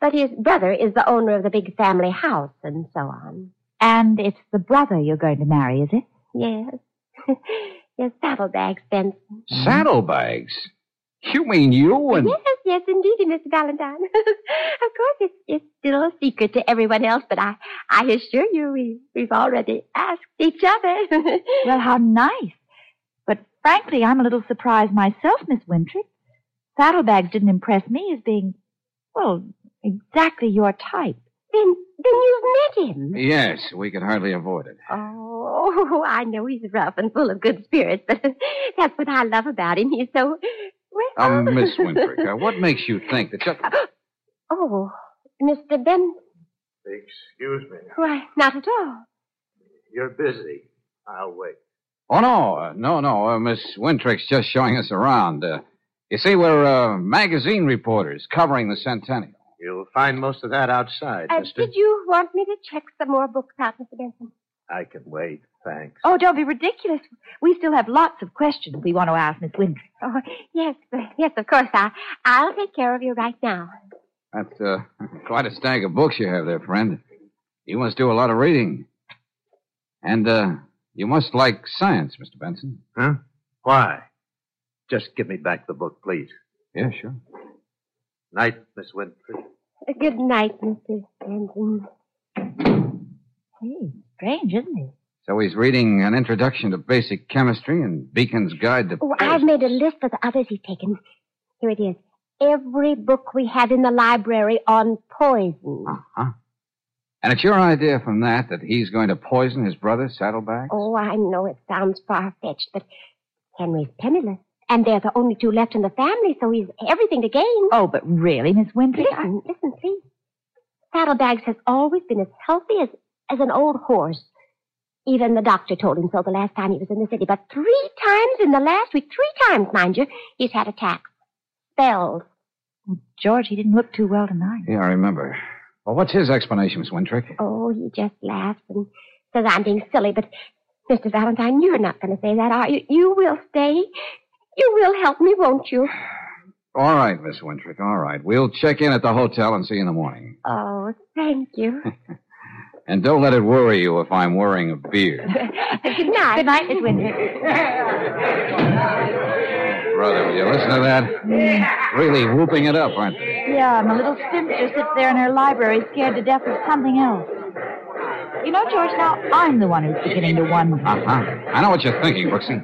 But his brother is the owner of the big family house and so on.
And it's the brother you're going to marry, is it?
Yes. yes, saddlebags, Benson.
Saddlebags? You mean you and.
Yes, yes, indeed, Mr. Valentine. of course, it's, it's still a secret to everyone else, but I, I assure you we, we've already uh, asked each other.
Well, how nice. But frankly, I'm a little surprised myself, Miss Winthrop. Saddlebags didn't impress me as being, well, exactly your type.
Then, then you've met him.
Yes, we could hardly avoid it.
Oh, I know he's rough and full of good spirits, but that's what I love about him. He's so.
Uh, Miss Wintrick, uh, what makes you think that just.
Oh, Mr. Ben.
Excuse me.
Why, not at all.
You're busy. I'll wait.
Oh, no, uh, no, no. Uh, Miss Wintrick's just showing us around. Uh, you see, we're uh, magazine reporters covering the centennial.
You'll find most of that outside,
Uh,
mister.
did you want me to check some more books out, Mr. Benson?
I can wait, thanks.
Oh, don't be ridiculous. We still have lots of questions we want to ask Miss Winthrop.
Oh, yes, uh, yes, of course. I, I'll take care of you right now.
That's uh, quite a stack of books you have there, friend. You must do a lot of reading. And uh, you must like science, Mr. Benson.
Huh? Why? Just give me back the book, please.
Yeah, sure.
Night, Miss Winfrey.
Uh, Good night, Mr. Benson.
Hey, strange, isn't it?
So he's reading an introduction to basic chemistry and Beacon's guide to.
Oh, I've made a list of the others he's taken. Here it is. Every book we have in the library on poison.
Huh? And it's your idea from that that he's going to poison his brother, Saddleback?
Oh, I know it sounds far fetched, but Henry's penniless, and they're the only two left in the family, so he's everything to gain.
Oh, but really, Miss Winthrop?
Listen, listen, please. Saddlebags has always been as healthy as, as an old horse. Even the doctor told him so the last time he was in the city. But three times in the last week, three times, mind you, he's had attacks. Spells.
George, he didn't look too well tonight.
Yeah, I remember. Well, what's his explanation, Miss Wintrick?
Oh, he just laughs and says I'm being silly, but Mr. Valentine, you're not going to say that, are you? You will stay. You will help me, won't you?
All right, Miss Wintrick, all right. We'll check in at the hotel and see you in the morning.
Oh, thank you.
And don't let it worry you if I'm wearing a beard.
Good night. Good night, Miss
Brother, will you listen to that? Really whooping it up, aren't they?
Yeah, and the little spinster sits there in her library scared to death of something else. You know, George, now I'm the one who's beginning to wonder.
Uh-huh. I know what you're thinking, Brooksy.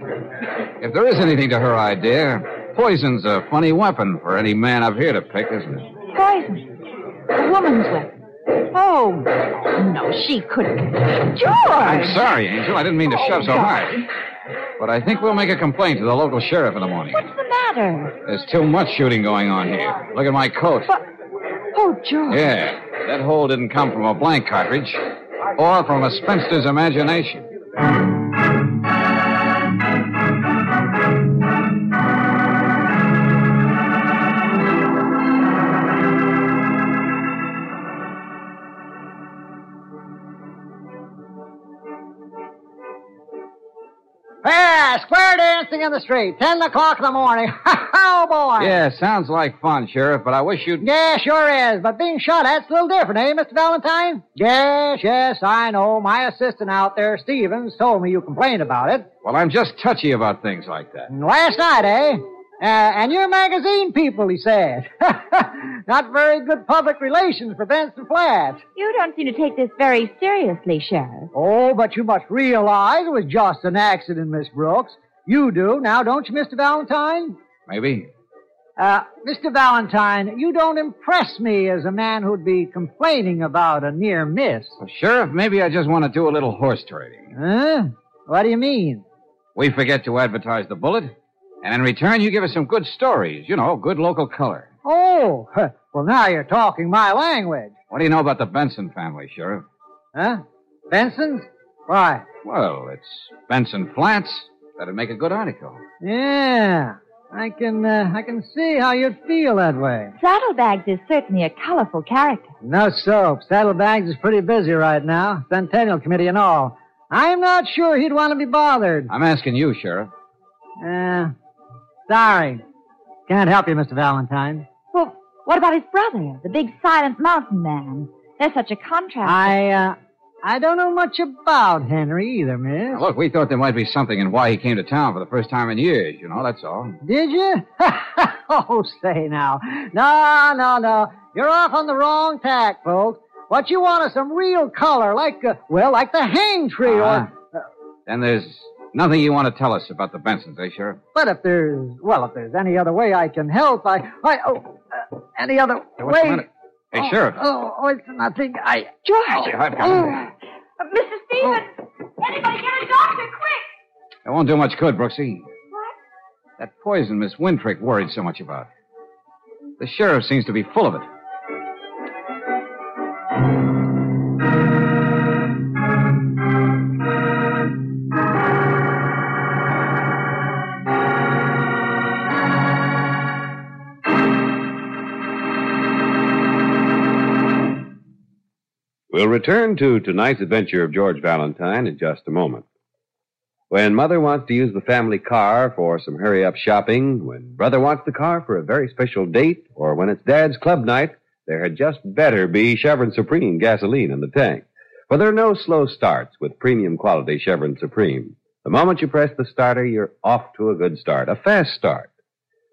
If there is anything to her idea, poison's a funny weapon for any man up here to pick, isn't it?
Poison. A woman's weapon. Oh, no, she couldn't. George!
I'm sorry, Angel. I didn't mean to
Oh,
shove so hard. But I think we'll make a complaint to the local sheriff in the morning.
What's the matter?
There's too much shooting going on here. Look at my coat.
Oh, George.
Yeah, that hole didn't come from a blank cartridge or from a spinster's imagination.
dancing in the street. Ten o'clock in the morning. oh, boy.
Yeah, sounds like fun, Sheriff, but I wish you'd.
Yeah, sure is. But being shot at's a little different, eh, Mr. Valentine? Yes, yes, I know. My assistant out there, Stevens, told me you complained about it.
Well, I'm just touchy about things like that.
And last night, eh? Uh, and your magazine people, he said. Not very good public relations for Benson Flats.
You don't seem to take this very seriously, Sheriff.
Oh, but you must realize it was just an accident, Miss Brooks. You do now, don't you, Mr. Valentine?
Maybe.
Uh, Mr. Valentine, you don't impress me as a man who'd be complaining about a near miss.
Well, Sheriff, maybe I just want to do a little horse trading.
Huh? What do you mean?
We forget to advertise the bullet, and in return, you give us some good stories, you know, good local color.
Oh, well, now you're talking my language.
What do you know about the Benson family, Sheriff?
Huh? Benson's? Why?
Well, it's Benson Flats. That'd make a good article.
Yeah, I can, uh, I can see how you'd feel that way.
Saddlebags is certainly a colorful character.
No soap. Saddlebags is pretty busy right now, Centennial Committee and all. I'm not sure he'd want to be bothered.
I'm asking you, Sheriff.
Uh, sorry. Can't help you, Mr. Valentine.
Well, what about his brother, the big silent mountain man? They're such a contrast.
I, uh, I don't know much about Henry either, miss.
Look, we thought there might be something in why he came to town for the first time in years, you know, that's all.
Did you? oh, say now. No, no, no. You're off on the wrong tack, folks. What you want is some real color, like, uh, well, like the hang tree
Uh-huh.
or.
Then there's nothing you want to tell us about the Bensons, eh, Sheriff?
But if there's, well, if there's any other way I can help, I, I, oh, uh, any other
Hey, what's the
way.
matter? Hey, Sheriff. Oh,
Oh, oh, it's nothing. I. Oh.
George!
Hey, I've got it.
Mr. Stevens! Anybody get a doctor, quick!
It won't do much good, Brooksy.
What?
That poison Miss Wintrick worried so much about. The sheriff seems to be full of it.
We'll return to tonight's adventure of George Valentine in just a moment. When Mother wants to use the family car for some hurry up shopping, when Brother wants the car for a very special date, or when it's Dad's club night, there had just better be Chevron Supreme gasoline in the tank. For there are no slow starts with premium quality Chevron Supreme. The moment you press the starter, you're off to a good start, a fast start.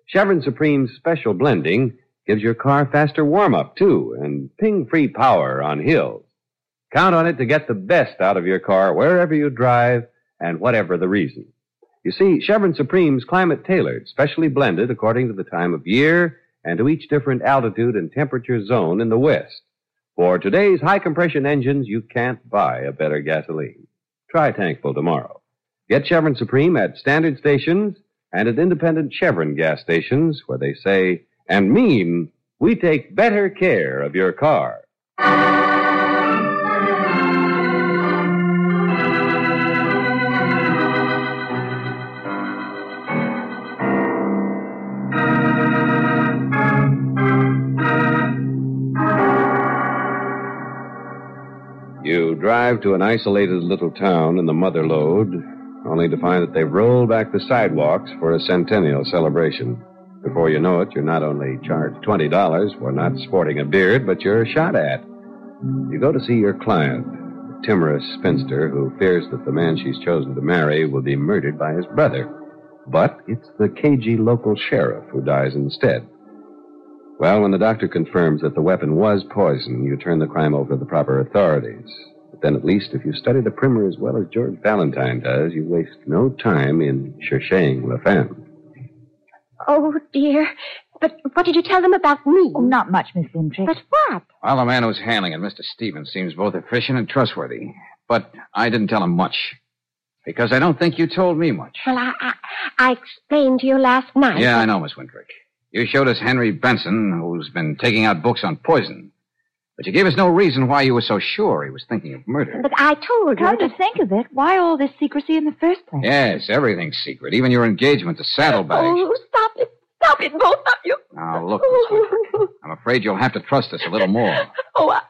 Chevron Supreme's special blending gives your car faster warm up, too, and ping free power on hills. Count on it to get the best out of your car wherever you drive and whatever the reason. You see, Chevron Supreme's climate tailored, specially blended according to the time of year and to each different altitude and temperature zone in the West. For today's high compression engines, you can't buy a better gasoline. Try Tankful tomorrow. Get Chevron Supreme at standard stations and at independent Chevron gas stations where they say and mean we take better care of your car. You drive to an isolated little town in the mother lode, only to find that they've rolled back the sidewalks for a centennial celebration. Before you know it, you're not only charged $20 for not sporting a beard, but you're shot at. You go to see your client, a timorous spinster who fears that the man she's chosen to marry will be murdered by his brother. But it's the cagey local sheriff who dies instead. Well, when the doctor confirms that the weapon was poison, you turn the crime over to the proper authorities. But then, at least, if you study the primer as well as George Valentine does, you waste no time in cherching la femme.
Oh, dear. But what did you tell them about me? Oh,
not much, Miss Vintrick.
But what?
Well, the man who's handling it, Mr. Stevens, seems both efficient and trustworthy. But I didn't tell him much. Because I don't think you told me much.
Well, I, I, I explained to you last night.
Yeah, I know, Miss Wintrick. You showed us Henry Benson, who's been taking out books on poison. But you gave us no reason why you were so sure he was thinking of murder.
But I told
Come to think of it, why all this secrecy in the first place?
Yes, everything's secret, even your engagement to Saddlebags.
Oh, stop it. Stop it, both of you.
Now, look, Miss Wintrick, I'm afraid you'll have to trust us a little more.
Oh, I,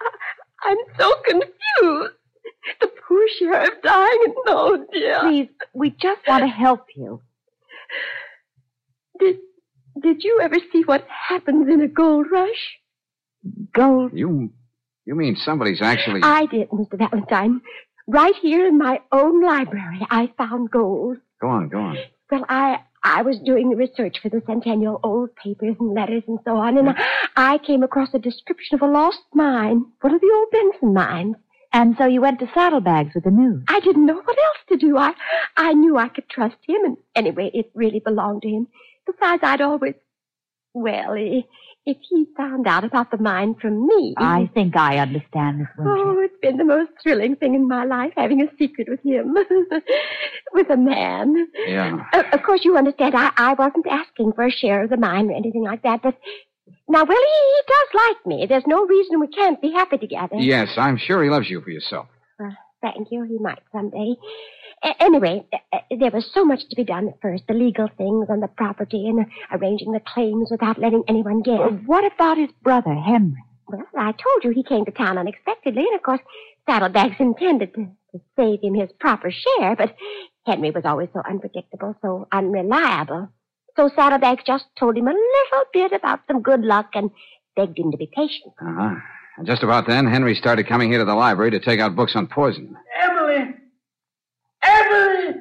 I'm so confused. The poor sheriff dying. and- Oh, dear.
Please, we just want to help you.
Did you ever see what happens in a gold rush?
Gold.
You, you mean somebody's actually.
I did, Mr. Valentine. Right here in my own library, I found gold.
Go on, go on.
Well, I I was doing the research for the centennial old papers and letters and so on, and
Mm-hmm.
I, I came across a description of a lost mine, one of the old Benson mines.
And so you went to Saddlebags with the news.
I didn't know what else to do. I I knew I could trust him, and anyway, it really belonged to him. Besides, I'd always well, i- if he found out about the mine from me,
I think I understand, Miss Winter.
Oh, it's been the most thrilling thing in my life having a secret with him, with a man.
Yeah.
Uh, of course, you understand, I, I wasn't asking for a share of the mine or anything like that, but now, well, he, he does like me. There's no reason we can't be happy together.
Yes, I'm sure he loves you for yourself.
Uh, thank you. He might someday. A- anyway, uh, uh, there was so much to be done at first the legal things on the property and uh, arranging the claims without letting anyone guess.
Well, what about his brother, Henry?
Well, I told you he came to town unexpectedly, and of course, Saddlebags intended to, to save him his proper share, but Henry was always so unpredictable, so unreliable. So Saddlebags just told him a little bit about some good luck and begged him to be patient.
Uh huh. And just about then, Henry started coming here to the library to take out books on poison.
Emily! Emily!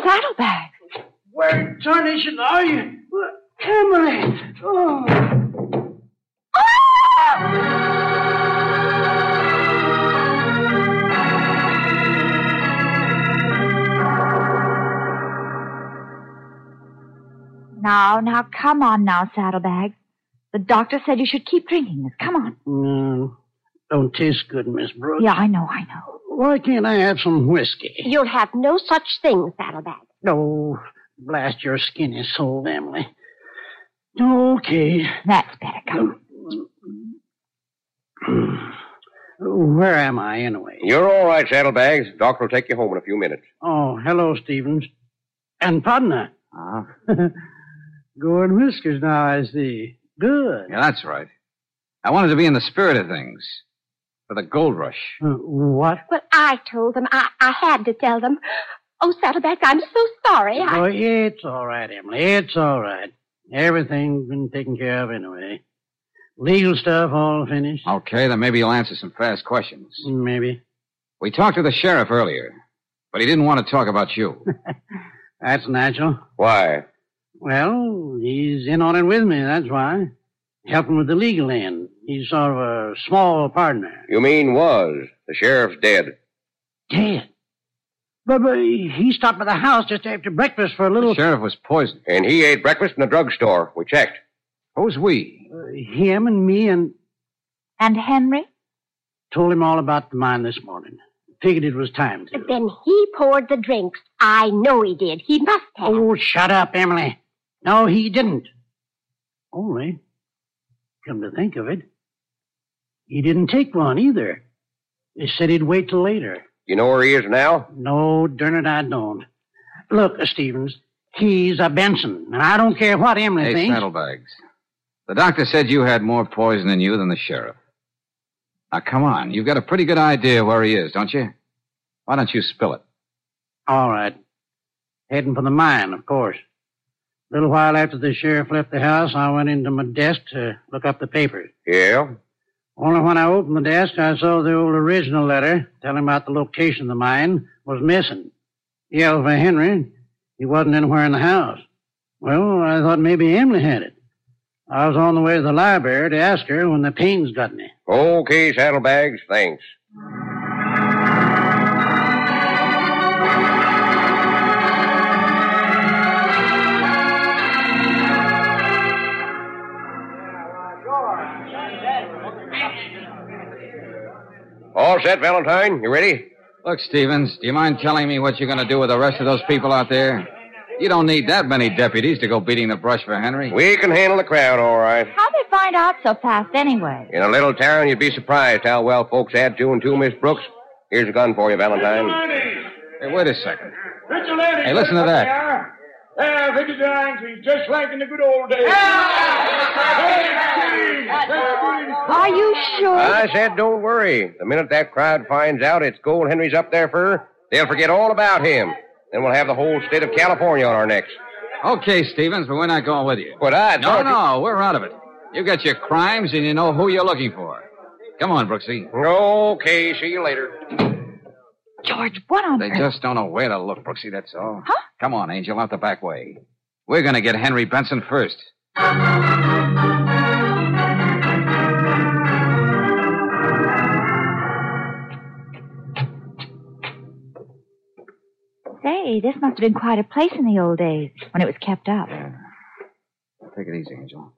Saddlebags.
Where in tarnation are you? Emily! Oh.
Now, now, come on now, Saddlebags. The doctor said you should keep drinking this. Come on.
No, Mm, don't taste good, Miss Brooks.
Yeah, I know, I know.
Why can't I have some whiskey?
You'll have no such thing, Saddlebags.
No, blast your skinny soul, Emily. Okay.
That's better.
Come. Where am I, anyway?
You're all right, Saddlebags. Doctor will take you home in a few minutes.
Oh, hello, Stevens. And partner.
Ah.
Good whiskers now, I see. Good.
Yeah, that's right. I wanted to be in the spirit of things for the gold rush.
Uh, what?
Well, I told them. I, I had to tell them. Oh, Saddlebags, I'm so sorry. I...
Oh, it's all right, Emily. It's all right. Everything's been taken care of anyway. Legal stuff all finished.
Okay, then maybe you'll answer some fast questions.
Maybe.
We talked to the sheriff earlier, but he didn't want to talk about you.
That's natural.
Why?
Well, he's in on it with me, that's why. Helping with the legal end. He's sort of a small partner.
You mean was. The sheriff's dead.
Dead. But, but he stopped by the house just after breakfast for a little.
sheriff was poisoned.
And he ate breakfast in a drugstore. We checked.
Oh,
Who's we?
Uh, Him and me and.
And Henry?
Told him all about the mine this morning. Figured it was time to.
Then he poured the drinks. I know he did. He must have.
Oh, shut up, Emily. No, he didn't. Only, come to think of it, he didn't take one either. They said he'd wait till later.
You know where he is now?
No, darn it, I don't. Look, uh, Stevens, he's a Benson, and I don't care what Emily
Hey,
thinks.
saddlebags. The doctor said you had more poison in you than the sheriff. Now, come on. You've got a pretty good idea where he is, don't you? Why don't you spill it?
All right. Heading for the mine, of course. A little while after the sheriff left the house, I went into my desk to look up the papers.
Yeah.
Only when I opened the desk, I saw the old original letter telling about the location of the mine was missing. Yelled for Henry. He wasn't anywhere in the house. Well, I thought maybe Emily had it. I was on the way to the library to ask her when the pains got me.
Okay, Saddlebags. Thanks. All set, Valentine? You ready?
Look, Stevens, do you mind telling me what you're going to do with the rest of those people out there? You don't need that many deputies to go beating the brush for Henry.
We can handle the crowd all right.
How'd they find out so fast anyway?
In a little town, you'd be surprised how well folks add two and two, Miss Brooks. Here's a gun for you, Valentine.
Hey, wait a second.
Vigilante.
Hey, listen to
that's what
that.
they are. Uh, vigilantes, just like in the good old days.
Are you sure?
I said, don't worry. The minute that crowd finds out it's Gold Henry's up there for, they'll forget all about him. Then we'll have the whole state of California on our necks.
Okay, Stevens, but we're not going with you. But
I
No,
thought you-
no, we're out of it. You got your crimes and you know who you're looking for. Come on, Brooksy.
Okay, see you later.
George, what on
They
earth?
just don't know where to look, Brooksy, that's all. Huh? Come on, Angel, out the back way. We're going to get Henry Benson first.
Say, this must have been quite a place in the old days when it was kept up.
Take it easy, Angel.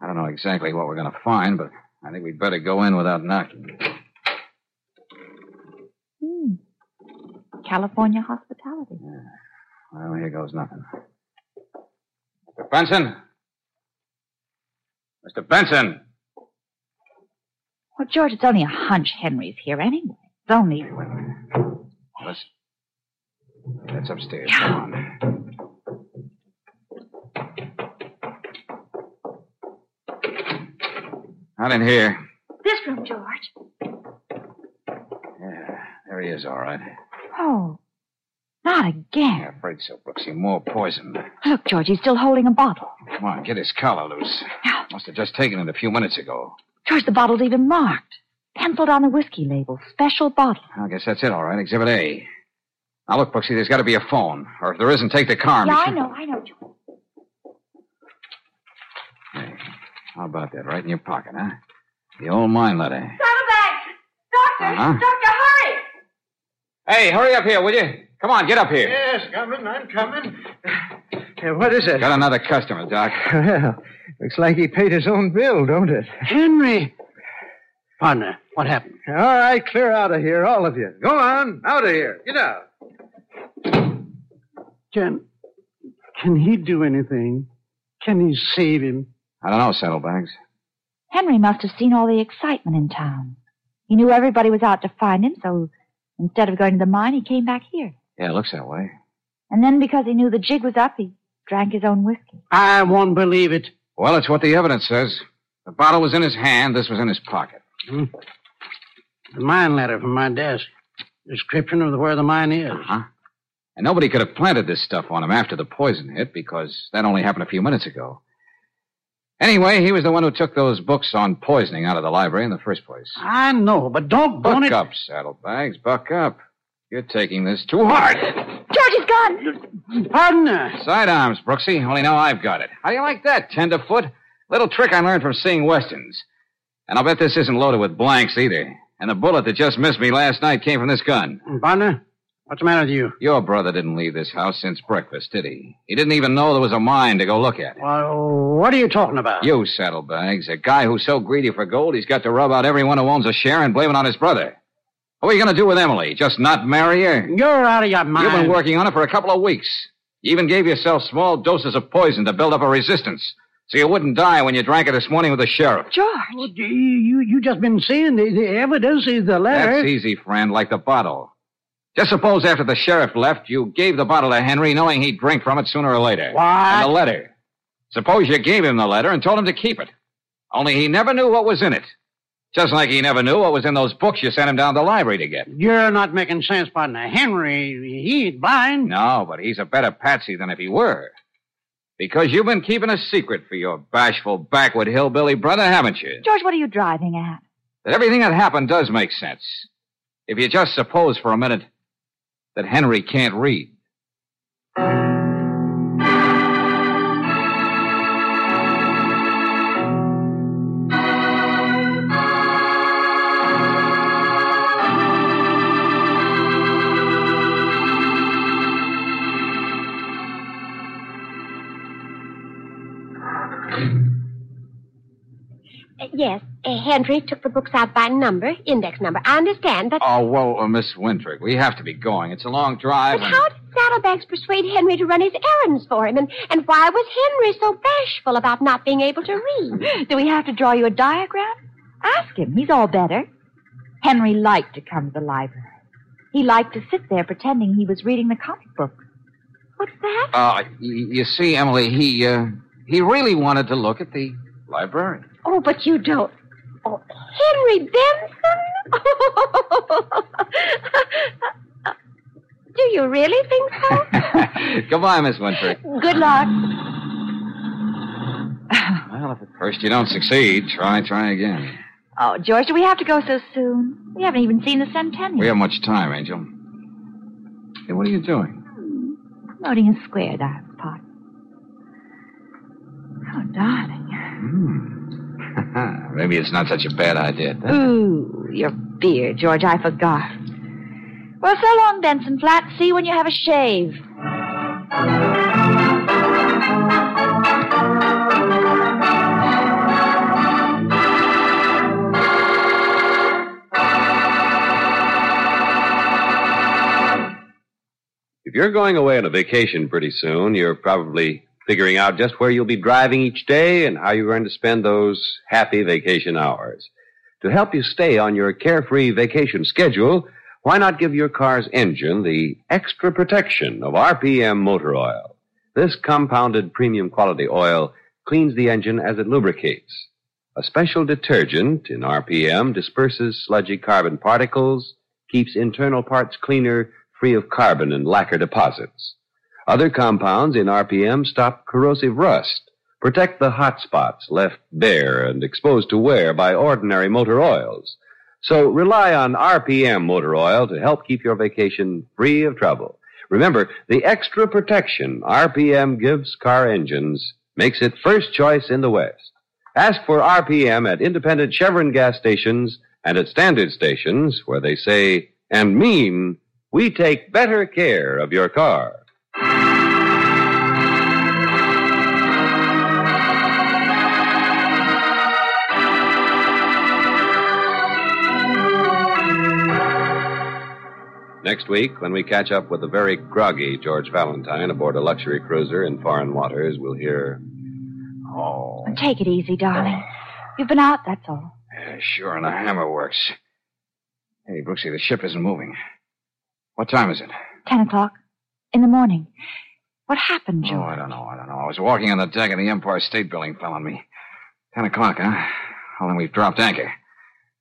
I don't know exactly what we're going to find, but I think we'd better go in without knocking.
Hmm. California hospitality.
Well, here goes nothing. Mr. Benson? Mr. Benson!
Well, George, it's only a hunch Henry's here anyway. It's only.
Let's. That's upstairs. Come on. Not in here.
This room, George.
Yeah, there he is, all right.
Oh. Not again.
Yeah, afraid so, Brooksy. More poison.
Look, George, he's still holding a bottle.
Come on, get his collar loose. Must have just taken it a few minutes ago.
George, the bottle's even marked. Penciled on the whiskey label. Special bottle.
I guess that's it, all right. Exhibit A. Now, look, Brooksy, there's got to be a phone. Or if there isn't, take the car. and
yeah,
be
I
sure-
know, I know, George.
How about that? Right in your pocket, huh? The old mine letter.
Saddlebags! Doctor!
Uh-huh.
Doctor, hurry!
Hey, hurry up here, will you? Come on, get up here.
Yes, coming, I'm coming.
what is it? Got another customer, Doc.
Well, looks like he paid his own bill, don't it? Henry! Partner, what happened?
All right, clear out of here, all of you. Go on, out of here. Get out.
Can, can he do anything? Can he save him?
I don't know, Saddlebags.
Henry must have seen all the excitement in town. He knew everybody was out to find him, so instead of going to the mine, he came back here.
Yeah, it looks that way.
And then because he knew the jig was up, he drank his own whiskey.
I won't believe it.
Well, it's what the evidence says. The bottle was in his hand, this was in his pocket.
Hmm. The mine letter from my desk. Description of where the mine is.
Huh? And nobody could have planted this stuff on him after the poison hit because that only happened a few minutes ago. Anyway, he was the one who took those books on poisoning out of the library in the first place.
I know, but don't
Buck
burn it.
up, Saddlebags. Buck up. You're taking this too hard.
George is gone.
Partner.
Sidearms, Brooksy. Only now I've got it. How do you like that, tenderfoot? Little trick I learned from seeing westerns. And I'll bet this isn't loaded with blanks either. And the bullet that just missed me last night came from this gun.
Hmm, Partner, what's the matter with you?
Your brother didn't leave this house since breakfast, did he? He didn't even know there was a mine to go look at.
Well, what are you talking about?
You saddlebags, a guy who's so greedy for gold he's got to rub out everyone who owns a share and blame it on his brother. What are you going to do with Emily? Just not marry her?
You're out of your mind.
You've been working on it for a couple of weeks. You even gave yourself small doses of poison to build up a resistance, so you wouldn't die when you drank it this morning with the sheriff.
George.
Well, you, you, you just been saying the, the evidence is the letter.
That's easy, friend, like the bottle. Just suppose after the sheriff left, you gave the bottle to Henry, knowing he'd drink from it sooner or later.
What?
And the letter. Suppose you gave him the letter and told him to keep it. Only he never knew what was in it. Just like he never knew what was in those books you sent him down to the library to get.
You're not making sense, partner. Henry, he ain't blind.
No, but he's a better patsy than if he were. Because you've been keeping a secret for your bashful, backward hillbilly brother, haven't you?
George, what are you driving at?
that everything that happened does make sense. If you just suppose for a minute that Henry can't read.
Uh, yes, uh, Henry took the books out by number, index number. I understand, but,
Oh, well, uh, Miss Wintrick, we have to be going. It's a long drive.
but how did Saddlebags persuade Henry to run his errands for him? And, and why was Henry so bashful about not being able to read?
Do we have to draw you a diagram? Ask him. He's all better. Henry liked to come to the library. He liked to sit there pretending he was reading the comic book.
Uh, y- you see, Emily, he, uh, he really wanted to look at the library.
Oh, but you don't. Oh, Henry Benson?
Do you really think so?
Goodbye, Miss Winthrop.
Good luck.
Well, if at first you don't succeed, try, try again.
Oh, George, do we have to go so soon? We haven't even seen the centennial.
We haven't much time, Angel. Hey, what are you doing?
Floating a square dive pot. Oh, darling.
Maybe it's not such a bad idea. then.
Ooh, your beard, George. I forgot. Well, so long, Benson Flat. See you when you have a shave.
If you're going away on a vacation pretty soon, you're probably figuring out just where you'll be driving each day and how you're going to spend those happy vacation hours. To help you stay on your carefree vacation schedule, why not give your car's engine the extra protection of RPM motor oil? This compounded premium quality oil cleans the engine as it lubricates. A special detergent in RPM disperses sludgy carbon particles, keeps internal parts cleaner, free of carbon and lacquer deposits. Other compounds in RPM stop corrosive rust, protect the hot spots left bare and exposed to wear by ordinary motor oils. So rely on RPM motor oil to help keep your vacation free of trouble. Remember, the extra protection RPM gives car engines makes it first choice in the West. Ask for RPM at independent Chevron gas stations and at standard stations where they say and mean we take better care of your car. Next week, when we catch up with the very groggy George Valentine aboard a luxury cruiser in foreign waters, we'll hear. Oh,
Take it easy, darling. You've been out, that's all.
yeah, sure, and the hammer works. Hey, Brooksy, the ship isn't moving. What time is it?
Ten o'clock in the morning. What happened,
Oh,
George?
I don't know, I don't know. I was walking on the deck and the Empire State Building fell on me. Ten o'clock, huh? Well, then we've dropped anchor.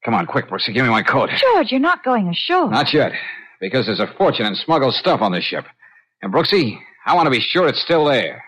Come on, quick, Brooksy, give me my coat.
George, you're not going ashore.
Not yet, because there's a fortune in smuggled stuff on this ship. And Brooksy, I want to be sure it's still there.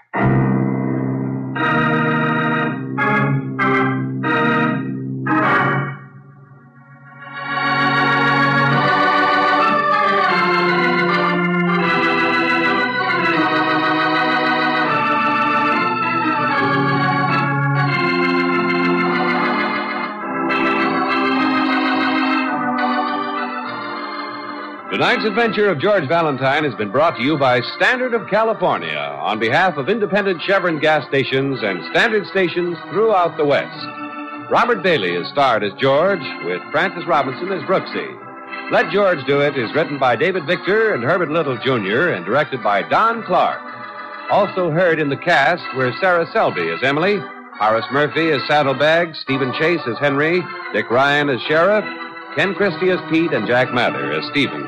Tonight's adventure of George Valentine has been brought to you by Standard of California on behalf of independent Chevron gas stations and standard stations throughout the West. Robert Bailey is starred as George, with Francis Robinson as Brooksy. Let George Do It is written by David Victor and Herbert Little Jr. and directed by Don Clark. Also heard in the cast were Sarah Selby as Emily, Horace Murphy as Saddlebag, Stephen Chase as Henry, Dick Ryan as Sheriff, Ken Christie as Pete, and Jack Mather as Stevens.